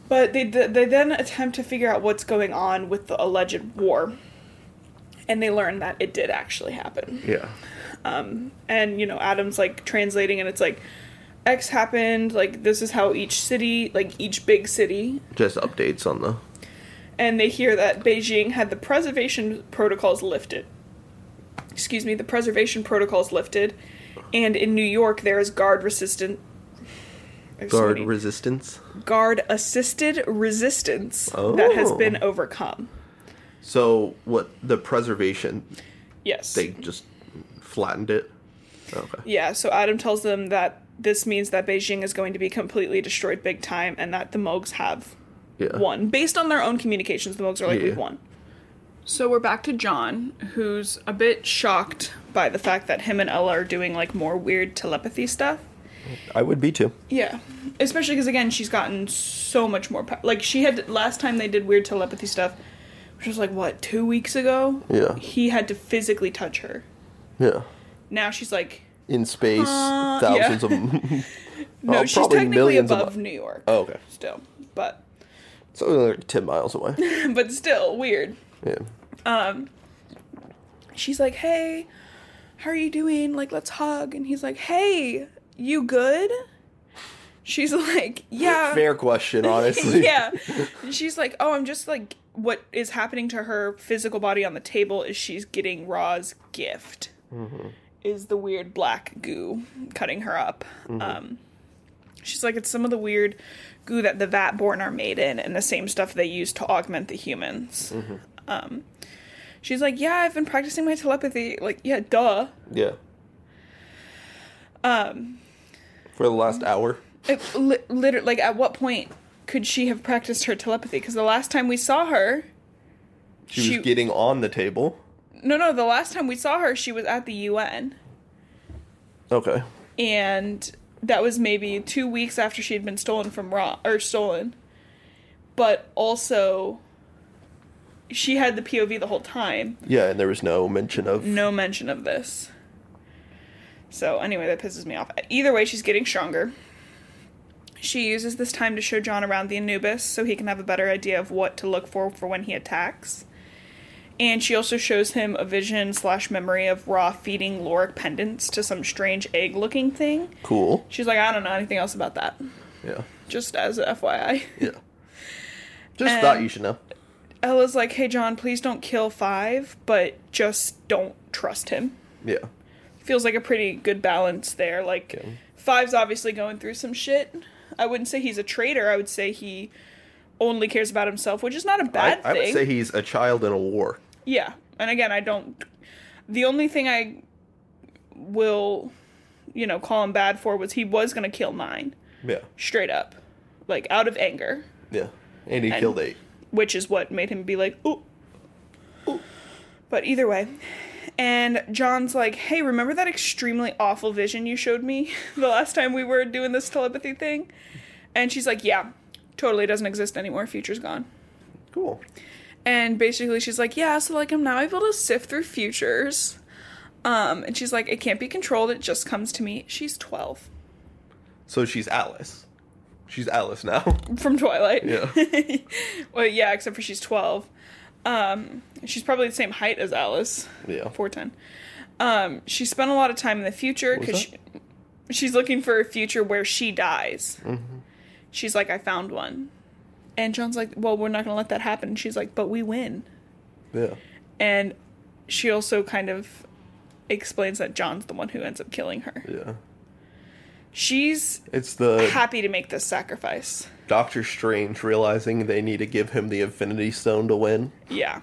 But they they then attempt to figure out what's going on with the alleged war. And they learn that it did actually happen. Yeah. and you know adam's like translating and it's like x happened like this is how each city like each big city Just updates on the and they hear that beijing had the preservation protocols lifted excuse me the preservation protocols lifted and in new york there is guard resistant there's so guard many- resistance. guard assisted resistance that has Oh. been overcome So what the preservation yes they just flattened it. Okay. Yeah, so Adam tells them that this means that Beijing is going to be completely destroyed big time and that the Mogs have Yeah. won. Based on their own communications, the Mogs are like, Yeah. we've won. So we're back to John, who's a bit shocked by the fact that him and Ella are doing like more weird telepathy stuff. I would be too. Yeah, especially because again, she's gotten so much more. Po- like she had last time they did weird telepathy stuff, which was like what two weeks ago. Yeah. he had to physically touch her. Yeah. Now she's like, In space, Uh, thousands yeah. of no, Well, she's Uh, probably technically millions of above mi- New York. <laughs> Oh, okay. still, but <laughs> So like 10 miles away. but still weird. Yeah. She's like, "Hey, how are you doing? Like, let's hug." And he's like, "Hey, you good?" She's <laughs> like, "Yeah." Fair <laughs> question, honestly. Uh, yeah. And she's like, "Oh, I'm just like what is happening to her physical body on the table is she's getting Ra's gift." Mm-hmm. Is the weird black goo cutting her up. Mm-hmm. Um She's like, it's some of the weird goo that the Vatborn are made in, and the same stuff they use to augment the humans. Mm-hmm. Um, she's like, yeah, I've been practicing my telepathy. Like, yeah, duh. Yeah. Um Um, for the last hour. It, li- literally, like, at what point could she have practiced her telepathy? Because the last time we saw her, She, she- was getting on the table. no, no, the last time we saw her, she was at the UN, Okay. and that was maybe two weeks after she had been stolen from Ra or stolen. But also, she had the POV the whole time. Yeah, and there was no mention of no mention of this. So anyway, that pisses me off. Either way, she's getting stronger. She uses this time to show John around the Anubis so he can have a better idea of what to look for for when he attacks. And she also shows him a vision slash memory of Ra feeding Lorik pendants to some strange egg looking thing. cool. She's like, I don't know anything else about that. Yeah. Just as a FYI. Yeah. Just And- thought you should know. Ella's like, hey, John, please don't kill Five, but just don't trust him. Yeah. feels like a pretty good balance there. Like Yeah. Five's obviously going through some shit. I wouldn't say he's a traitor. I would say he only cares about himself, which is not a bad I, I thing. would say he's a child in a war. yeah. And again, I don't. The only thing I will, you know, call him bad for was he was going to kill nine Yeah. straight up, like out of anger, Yeah. And he And- killed eight. which is what made him be like, ooh. ooh." But either way. And John's like, hey, remember that extremely awful vision you showed me <laughs> the last time we were doing this telepathy thing? And she's like, yeah, totally doesn't exist anymore. Future's gone. Cool. And basically, she's like, yeah, so like I'm now able to sift through futures. Um, and she's like, it can't be controlled. It just comes to me. She's 12 So she's Alice. She's Alice <laughs> now. from Twilight. Yeah. <laughs> well, yeah, except for she's 12. Um, she's probably the same height as Alice. Yeah. 410. Um, she spent a lot of time in the future What was because she, she's looking for a future where she dies. Mm-hmm. She's like, I found one. And John's like, Well, we're not going to let that happen. And she's like, But we win. Yeah. And she also kind of explains that John's the one who ends up killing her. Yeah. She's It's the happy to make this sacrifice. Doctor Strange realizing they need to give him the Infinity Stone to win. <laughs> Yeah.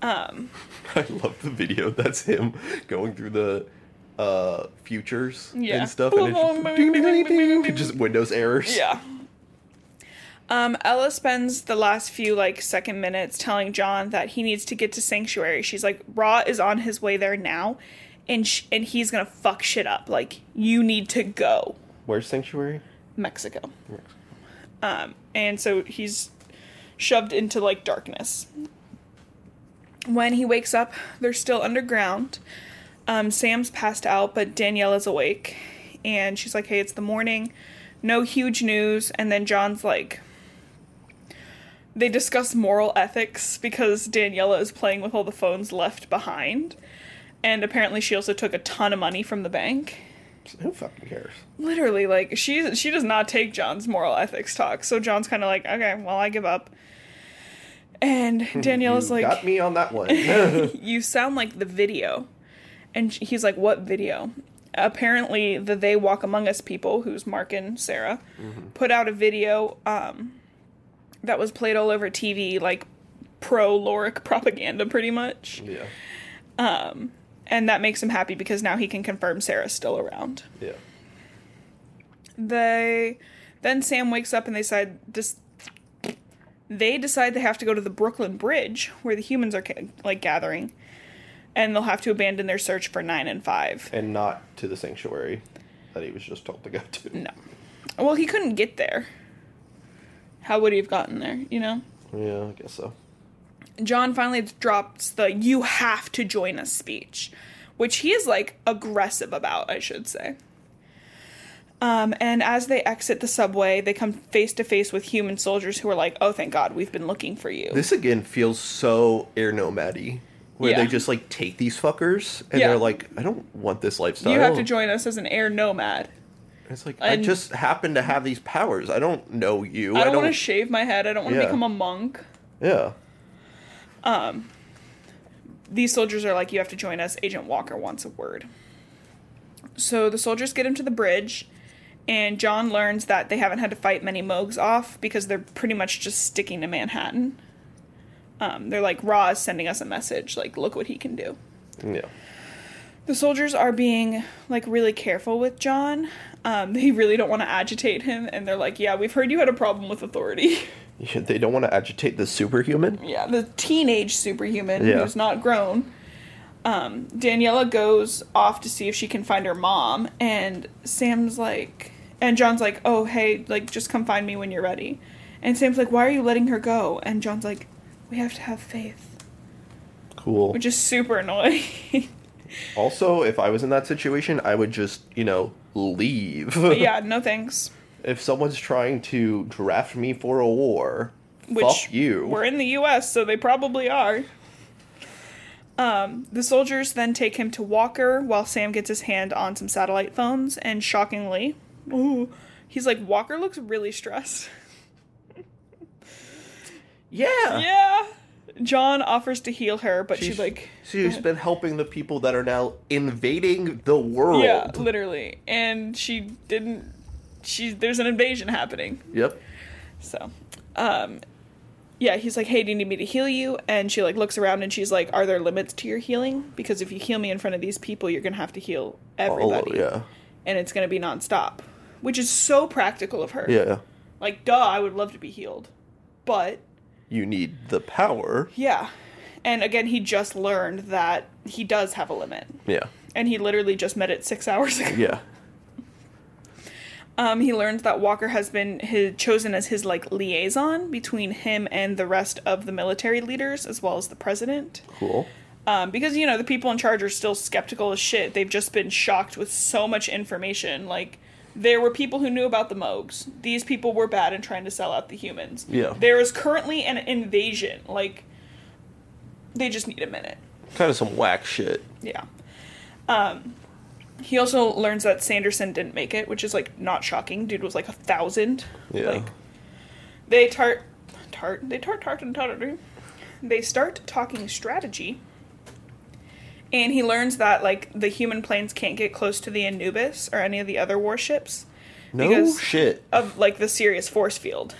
Um, I love the video. That's him going through the uh futures Yeah. and stuff and <laughs> it's just, just windows errors. yeah. Um, Ella spends the last few like second minutes telling John that he needs to get to Sanctuary. She's like, Ra is on his way there now, and sh- and he's gonna fuck shit up. Like, you need to go. Where's Sanctuary? Mexico. Um, and so he's shoved into like darkness. When he wakes up, they're still underground. Um, Sam's passed out, but Danielle is awake, and she's like, "Hey, it's the morning. No huge news." And then John's like, they discuss moral ethics because Daniela is playing with all the phones left behind, and apparently she also took a ton of money from the bank Who fucking cares? literally like she she does not take John's moral ethics talk. So John's kind of like, okay, well I give up. And Danielle's <laughs> You like, got me <laughs> on that one. <laughs> you sound like the video, and sh- he's like, what video? Apparently, the They Walk Among Us people, who's Mark and Sarah, Mm-hmm. put out a video um, that was played all over TV, like pro Lorik propaganda, pretty much. yeah. And that makes him happy because now he can confirm Sarah's still around. Yeah. They then Sam wakes up and they decide dis- they decide they have to go to the Brooklyn Bridge where the humans are ca- like gathering and they'll have to abandon their search for 9 and 5. And not to the sanctuary that he was just told to go <laughs> to. No. Well, he couldn't get there. How would he have gotten there, you know? Yeah, I guess so. John finally drops the you have to join us speech, which he is like aggressive about, I should say. Um, and as they exit the subway, they come face to face with human soldiers who are like, oh, thank God, we've been looking for you. This again feels so air nomady, where Yeah. they just like take these fuckers and Yeah. they're like, I don't want this lifestyle. you have to join us as an air nomad. It's like I And- just happen to have these powers. I don't know you. I don't, want to shave my head. I don't want to Yeah. become a monk. yeah. These soldiers are like, you have to join us. Agent Walker wants a word. So the soldiers get him to the bridge, and John learns that they haven't had to fight many Moogs off because they're pretty much just sticking to Manhattan. Um, they're like, Ra is sending us a message. Like, look what he can do. Yeah. <laughs> The soldiers are being like really careful with John. Um, <laughs> they really don't want to agitate him, and they're like, "Yeah, we've heard you had a problem with authority." <laughs> Yeah, They don't want to agitate the superhuman. yeah, the teenage superhuman Yeah. who's not grown. Um, Daniela goes off to see if she can find her mom, and Sam's like, and John's like, oh, hey, like, just come find me when you're ready. And Sam's like, why are you letting her go? And John's like, we have to have faith, Cool. which is super annoying. <laughs> Also, if I was in that situation, I would just, you know, leave. but yeah, no thanks. <laughs> if someone's trying to draft me for a war, Which fuck you. We're in the U.S., so they probably are. Um, the soldiers then take him to Walker while Sam gets his hand on some satellite phones, and shockingly, ooh, he's like, Walker looks really stressed. yeah. yeah. John offers to heal her, but Uh. She's she like, she's been helping the people that are now invading the world. yeah, literally, and she didn't. She there's an invasion happening. Yep. So, um, yeah, he's like, "Hey, do you need me to heal you?" And she like looks around and she's like, "Are there limits to your healing? Because if you heal me in front of these people, you're gonna have to heal All- everybody, Oh, yeah. and it's gonna be nonstop." Which is so practical of her. Yeah. Like, duh, I would love to be healed, but You need the power. yeah. And again, he just learned that he does have a limit, Yeah. and he literally just met it six <laughs> hours ago. Yeah. Um, he learns that Walker has been his, chosen as his like liaison between him and the rest of the military leaders, as well as the president. Cool. Um, because you know the people in charge are still skeptical as shit. They've just been shocked with so much information. Like there were people who knew about the Moogs. These people were bad and trying to sell out the humans. Yeah. There is currently an invasion. Like they just need a minute. Kind of some whack shit. Yeah. Um, he also learns that Sanderson didn't make it, which is like not shocking. Dude was like a thousand. Yeah. Like they tart, tart, they tart, tart, and tart. They start talking strategy, and he learns that like the human planes can't get close to the Anubis or any of the other warships No Because- shit. of like the Sirius force field.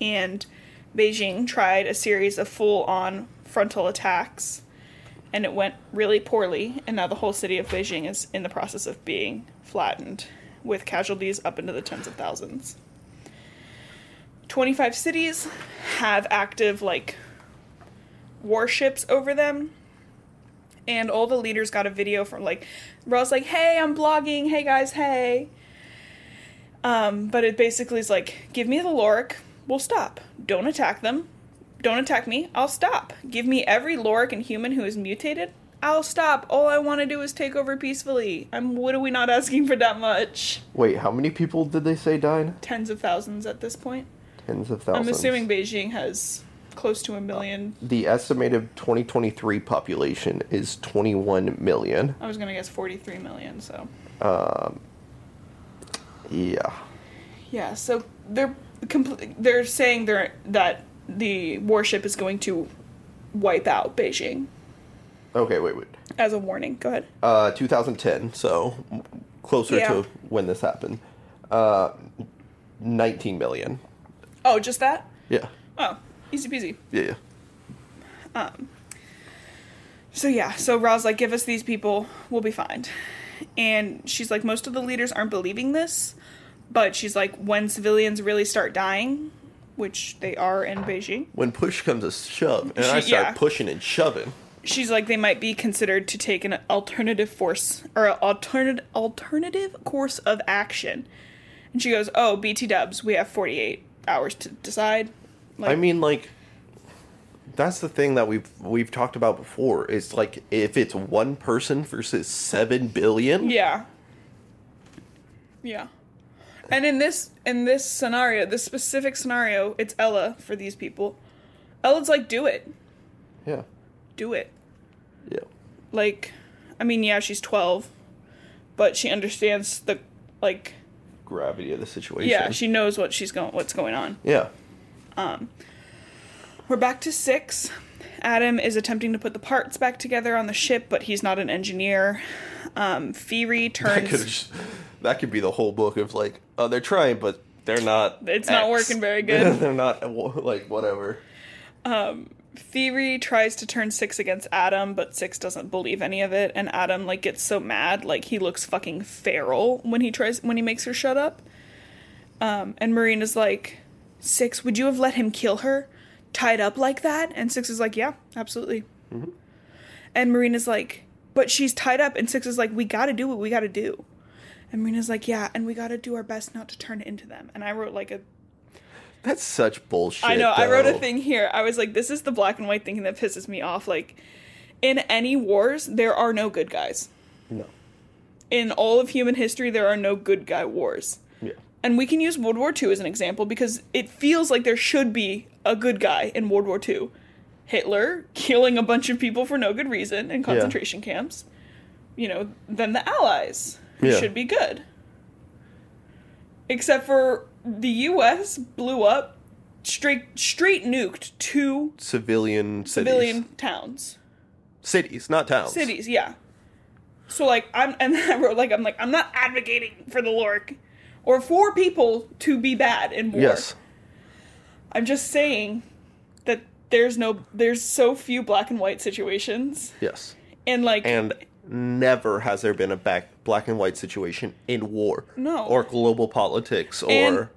And Beijing tried a series of full on frontal attacks and it went really poorly and now the whole city of Beijing is in the process of being flattened with casualties up into the tens of thousands. 25 cities have active like warships over them and all the leaders got a video from like Ra's like, "Hey, I'm blogging. Hey guys, hey." Um, but it basically is like, give me the Lorik, we'll stop. Don't attack them. Don't attack me, I'll stop. Give me every Lorik and human who is mutated, I'll stop. All I want to do is take over peacefully. I'm what are we not asking for that much? Wait, how many people did they say died? Tens of thousands at this point. Tens of 1000s I'm assuming Beijing has close to a million. the estimated 2023 population is 21 million. Um, I was gonna guess 43 million, so. Yeah. Yeah, so they're compl- they're saying they're that the warship is going to wipe out Beijing Okay, wait, wait. as a warning. Go ahead. Uh, 2010, so closer Yeah. to when this happened. Uh, 19 million. Oh, just that? Yeah. Oh, easy peasy. Yeah. yeah. So yeah, so Ra's like, give us these people, we'll be fine. And she's like, most of the leaders aren't believing this, but she's like, when civilians really start dying, which they are in Beijing, When push comes to shove, and I She- start yeah. pushing and shoving. she's like, they might be considered to take an alternative force or an alternative alternative course of action. And she goes, oh, BT Dubs, we have forty eight hours to decide. Like, I mean, like, that's the thing that we've we've talked about before. Is like if it's one person versus seven billion. Yeah. Yeah. And in this in this scenario, this specific scenario, it's Ella for these people. Ella's like, do it. Yeah. Do it. Yeah. Like I mean, yeah, she's twelve, but she understands the like Gravity of the situation. yeah, she knows what she's going what's going on. <laughs> Yeah. We're back to six. Adam is attempting to put the parts back together on the ship, but he's not an engineer. Um, Firi That could turns. just- that could be the whole book of like, oh, they're trying, but they're not. It's not working <laughs> very good. they're not like whatever. Theory tries to turn Six against Adam, but Six doesn't believe any of it, and Adam like gets so mad, like he looks fucking feral when he tries when he makes her shut up. Um, and Marina's like, Six, would you have let him kill her, tied up like that? And Six is like, Yeah, absolutely. And Marina's like, But she's tied up, and Six is like, We gotta do what we gotta do. And Marina's like, Yeah, and we gotta do our best not to turn it into them. And I wrote like a That's such bullshit. I know. I wrote a though. thing here. I was like, this is the black and white thinking that pisses me off. Like, in any wars, there are no good guys. No. In all of human history, there are no good guy wars. Yeah. And we can use World War II as an example because it feels like there should be a good guy in World War II. Hitler killing a bunch of people for no good reason in concentration camps. You know, then the Allies who Yeah. should be good. Except for the U.S. blew up straight straight nuked two Civilian cities. civilian towns cities, not towns. cities yeah so like i'm and i wrote like i'm like i'm not advocating for the lork or for people to be bad in war Yes. i'm just saying that there's no there's so few black and white situations Yes. and like And never has there been a back black and white situation in war. No. Or global politics or And-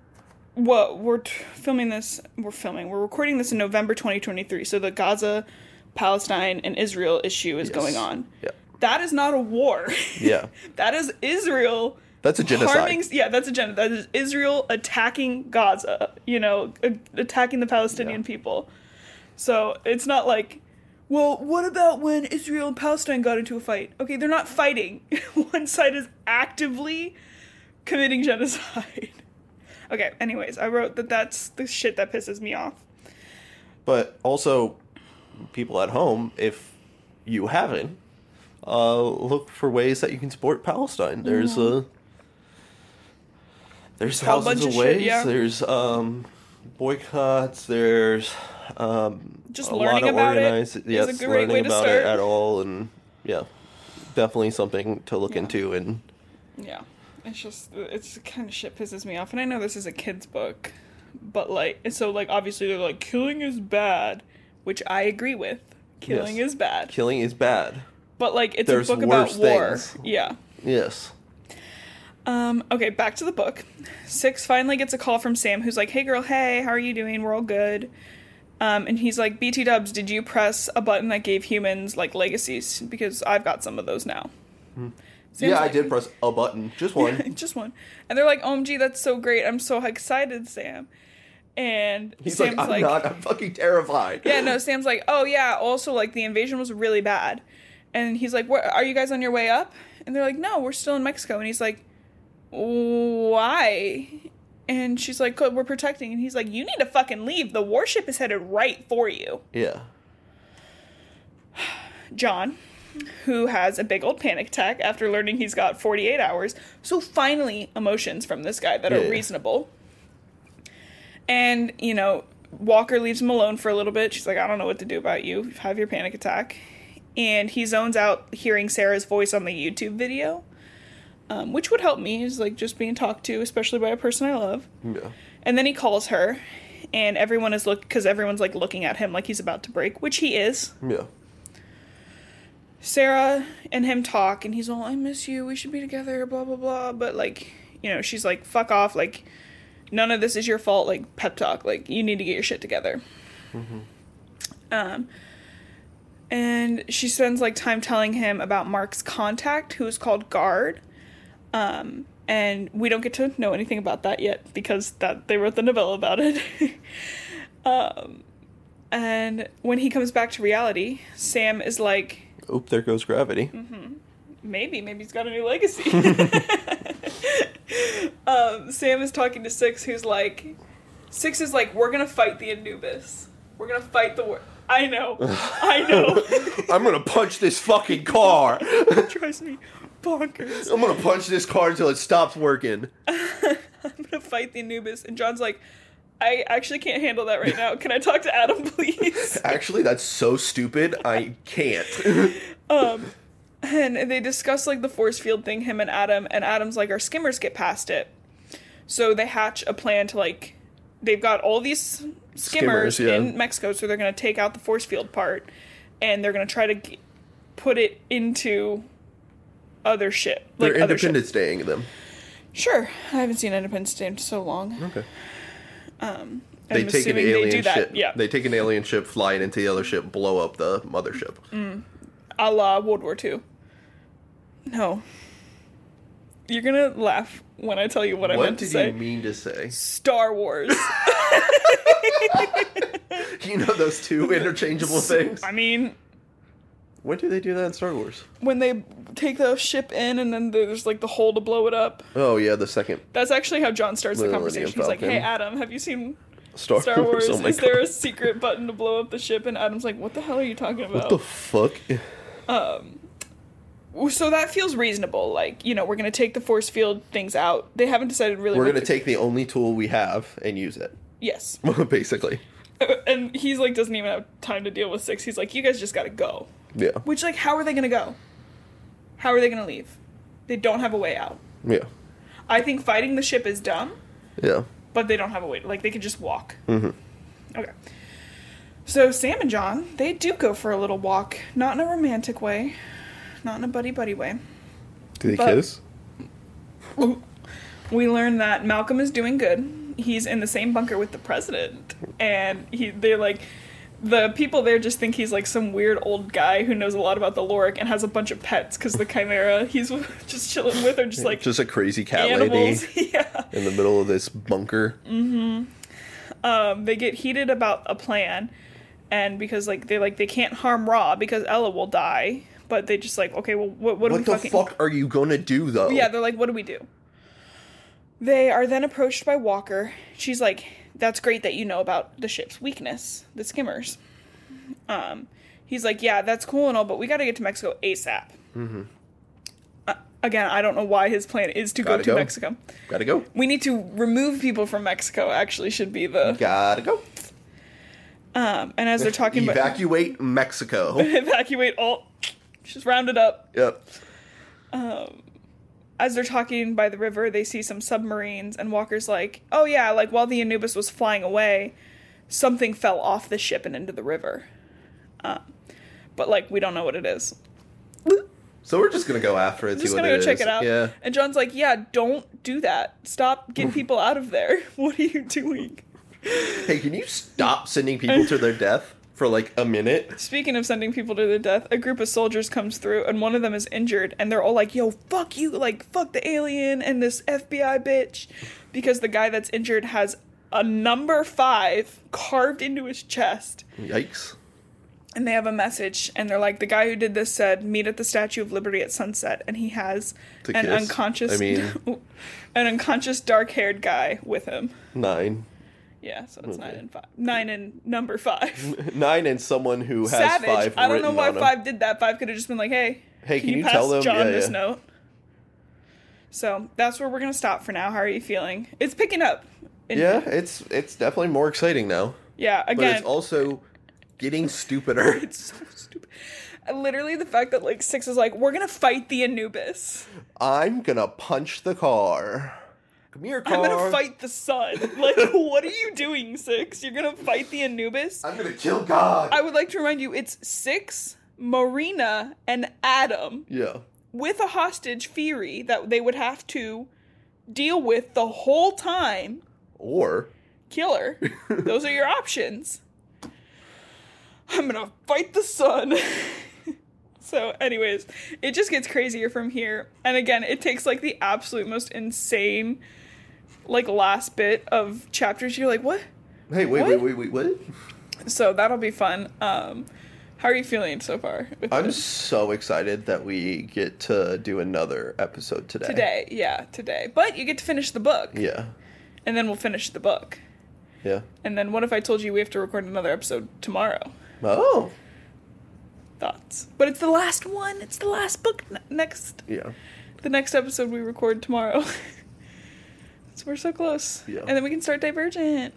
what we're t- filming this we're filming we're recording this in november 2023 so the gaza palestine and israel issue is Yes. going on Yeah. that is not a war Yeah. <laughs> that is israel That's a <laughs> genocide. harming yeah that's a gen that is israel attacking gaza you know a- attacking the palestinian Yeah. people so it's not like well what about when israel and palestine got into a fight okay they're not fighting <laughs> one side is actively committing genocide <laughs> okay anyways i wrote that that's the shit that pisses me off But also, people at home, if you haven't, uh, look for ways that you can support Palestine. There's uh there's whole bunch thousands of of shit, ways. yeah. There's um, boycotts. There's um, Just learning about it organize- is a yes, great learning way to about start. it at all, and yeah, definitely something to look Yeah. into and Yeah. It's just it's the kind of shit pisses me off. And I know this is a kid's book, but like and so like obviously they're like killing is bad, which I agree with. Killing Yes. is bad. killing is bad. But like it's There's a book about worse war. things. Yeah. Yes. Um, okay, back to the book. Six finally gets a call from Sam, who's like, "Hey, girl, hey, how are you doing? We're all good." Um, and he's like, "BT Dubs, did you press a button that gave humans like legacies? Because I've got some of those now." Sam's Hmm. yeah, I like- did press a button, <laughs> just one. just one. And they're like, "OMG, that's so great! I'm so excited, Sam." And He's Sam's like, I'm not. I'm fucking terrified. <laughs> yeah, no, Sam's like, oh yeah, also like the invasion was really bad. And he's like, what are you guys on your way up? And they're like, no, we're still in Mexico. And he's like, why? And she's like, "Good, we're protecting. And he's like, you need to fucking leave. The warship is headed right for you. Yeah. John, who has a big old panic attack after learning he's got 48 hours. So finally, emotions from this guy that Yeah. are reasonable. And, you know, Walker leaves him alone for a little bit. She's like, I don't know what to do about you. Have your panic attack. And he zones out hearing Sarah's voice on the YouTube video, um, which would help me, is like just being talked to, especially by a person I love. Yeah. And then he calls her, and everyone is look because everyone's like looking at him like he's about to break, which he is. Yeah. Sarah and him talk, and he's all, I miss you, we should be together, blah, blah, blah. But, like, you know, she's like, fuck off, like, none of this is your fault, like, pep talk, like, you need to get your shit together. Um, and she spends, like, time telling him about Mark's contact, who is called Guard. Um, and we don't get to know anything about that yet because that they wrote the novella about it. <laughs> um, and when he comes back to reality, Sam is like, Oop! There goes gravity. maybe maybe he's got a new <laughs> legacy um, sam is talking to six who's like six is like we're gonna fight the anubis we're gonna fight the war i know i know I'm gonna punch this fucking car. <laughs> it drives me bonkers I'm gonna punch this car until it stops working. <laughs> i'm gonna fight the anubis and john's like i actually can't handle that right now can i talk to adam please Actually, that's so stupid. I <laughs> can't. um and they discuss like the force field thing him and adam and adam's like our skimmers get past it so they hatch a plan to like they've got all these skimmers, Skimmers, yeah. in mexico so they're going to take out the force field part and they're going to try to g- put it into other ship like They're other ship. Independence Daying them. sure i haven't seen independence day in so long Okay. um They I'm take an assuming alien they do that ship. yeah They take an alien ship, fly it into the other ship, blow up the mothership. a la World War II. No. You're gonna laugh when I tell you what, I What meant to did say. you mean to say? Star <laughs> Wars. Oh, You know those <laughs> two interchangeable things. I mean, When do they do that in Star Wars? when they take the ship in and then there's like the hole to blow it up. Oh yeah, the second That's actually how John starts the Millennium conversation. He's like, Falcon. "Hey Adam, have you seen Star, Star Wars? Oh my Is there a God. secret button to blow up the ship?" And Adam's like, "What the hell are you talking about?" Um, What the fuck? so that feels reasonable. Like, you know, we're gonna take the force field things out. They haven't decided really. We're what gonna to- take the only tool we have and use it, Yes. <laughs> <laughs> basically. and he's like doesn't even have time to deal with six he's like you guys just gotta go Yeah, which like how are they gonna go how are they gonna leave they don't have a way out yeah, i think fighting the ship is dumb yeah. Mm-hmm. but they don't have a way like they could just walk okay so sam and john they do go for a little walk not in a romantic way not in a buddy buddy way Do they But- kiss? we learn that Malcolm is doing good. He's in the same bunker with the president, and he they're like the people there just think he's like some weird old guy who knows a lot about the Lorik and has a bunch of pets because the Chimera he's <laughs> just chilling with are just like Just a crazy cat animals. <laughs> Mm-hmm. lady yeah. in the middle of this bunker. Um, they get heated about a plan, and because like they're like they can't harm Ra because Ella will die, but they just like okay, well what what, do we What the fucking fuck are you gonna do though? Yeah, they're like, what do we do? They are then approached by Walker. She's like, that's great that you know about the ship's weakness, the skimmers. Um, he's like, yeah, that's cool and all, but we got to get to Mexico ASAP. Mm-hmm. Uh, again, I don't know why his plan is to go Gotta to go. Mexico. gotta go. We need to remove people from Mexico, actually, should be the. Gotta go. <laughs> Um, and as they're talking about. <laughs> Evacuate Mexico. evacuate all <sniffs> She's rounded up. Yep. Um, as they're talking by the river, they see some submarines, and Walker's like, "Oh yeah, like while the Anubis was flying away, something fell off the ship and into the river." Uh, but like we don't know what it is. So we're just gonna go after it. see just what gonna go it check is. it out. Yeah. And John's like, "Yeah, don't do that. Stop. <laughs> Get people out of there. <laughs> What are you doing?" Hey, can you stop sending people to their death for like a minute? Speaking of sending people to their death, a group of soldiers comes through and one of them is injured and they're all like, yo, fuck you, like, fuck the alien and this FBI bitch. Because the guy that's injured has a number five carved into his chest Yikes. and they have a message and they're like, the guy who did this said, meet at the Statue of Liberty at sunset. And he has To an kiss. unconscious, I mean- <laughs> an unconscious dark haired guy with him. Nine. Yeah, so it's nine Okay. and five. Nine and number five. Nine and someone who has Savage. five. I don't know written why on 'em. five did that. Five could have just been like, "Hey, Hey, can you tell them? John Yeah, this yeah. note?" So that's where we're gonna stop for now. How are you feeling? It's picking up. And- Yeah, it's it's definitely more exciting now. Yeah. But Again, it's also getting stupider. <laughs> <laughs> it's so stupid. Literally, the fact that like six is like, "We're gonna fight the Anubis. I'm gonna punch the car. Come here, car. I'm gonna fight the <laughs> sun." Like, what are you doing, six? You're gonna fight the Anubis? I'm gonna kill God. I would like to remind you, it's six, Marina, and Adam. yeah. with a hostage Fury that they would have to deal with the whole time. Or Killer. Those are your options. I'm gonna fight the sun. <laughs> so, anyways, it just gets crazier from here. And again, it takes like the absolute most insane, like last bit of chapters. You're like, what? hey, wait, What? wait, wait, wait, what? So that'll be fun. Um, how are you feeling so far? with I'm this? so excited that we get to do another episode today. today, yeah, today. But you get to finish the book, Yeah. and then we'll finish the book. Yeah. And then what if I told you we have to record another episode tomorrow? Oh. Thoughts. But it's the last one. It's the last book n- next Yeah. the next episode we record tomorrow. <laughs> so we're so close. Yeah. And then we can start Divergent,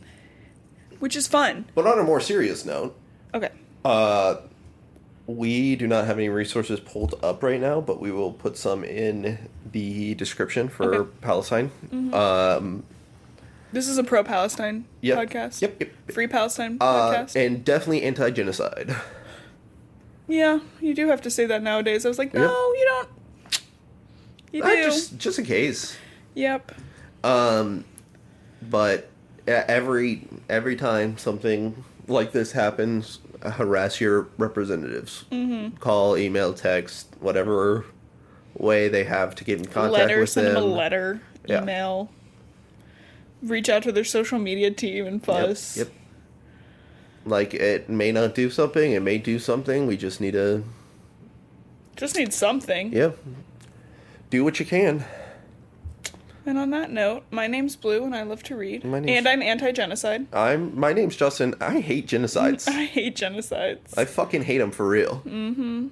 which is fun. But on a more serious note, Okay. uh we do not have any resources pulled up right now, but we will put some in the description for Okay. Mm-hmm. Palestine. Um This is a pro Palestine Yep. podcast. Yep, yep, yep. Free Palestine uh, podcast. and definitely anti-genocide. yeah, you do have to say that nowadays. I was like, no, Yep. you don't. You do. I just just in case. Yep. Um, but e- every every time something like this happens, harass your representatives. Mm-hmm. Call, email, text, whatever way they have to get in contact letter, with send them. them a letter, Yeah. email, reach out to their social media team and Yep, fuss. Yep. Like it may not do something. It may do something. We just need to Just need something. yeah. Do what you can. And on that note, my name's Blue and I love to read. My name's- And I'm anti <laughs> genocide. I'm. <laughs> My name's Justin. I hate genocides. I hate genocides. I fucking hate them for real.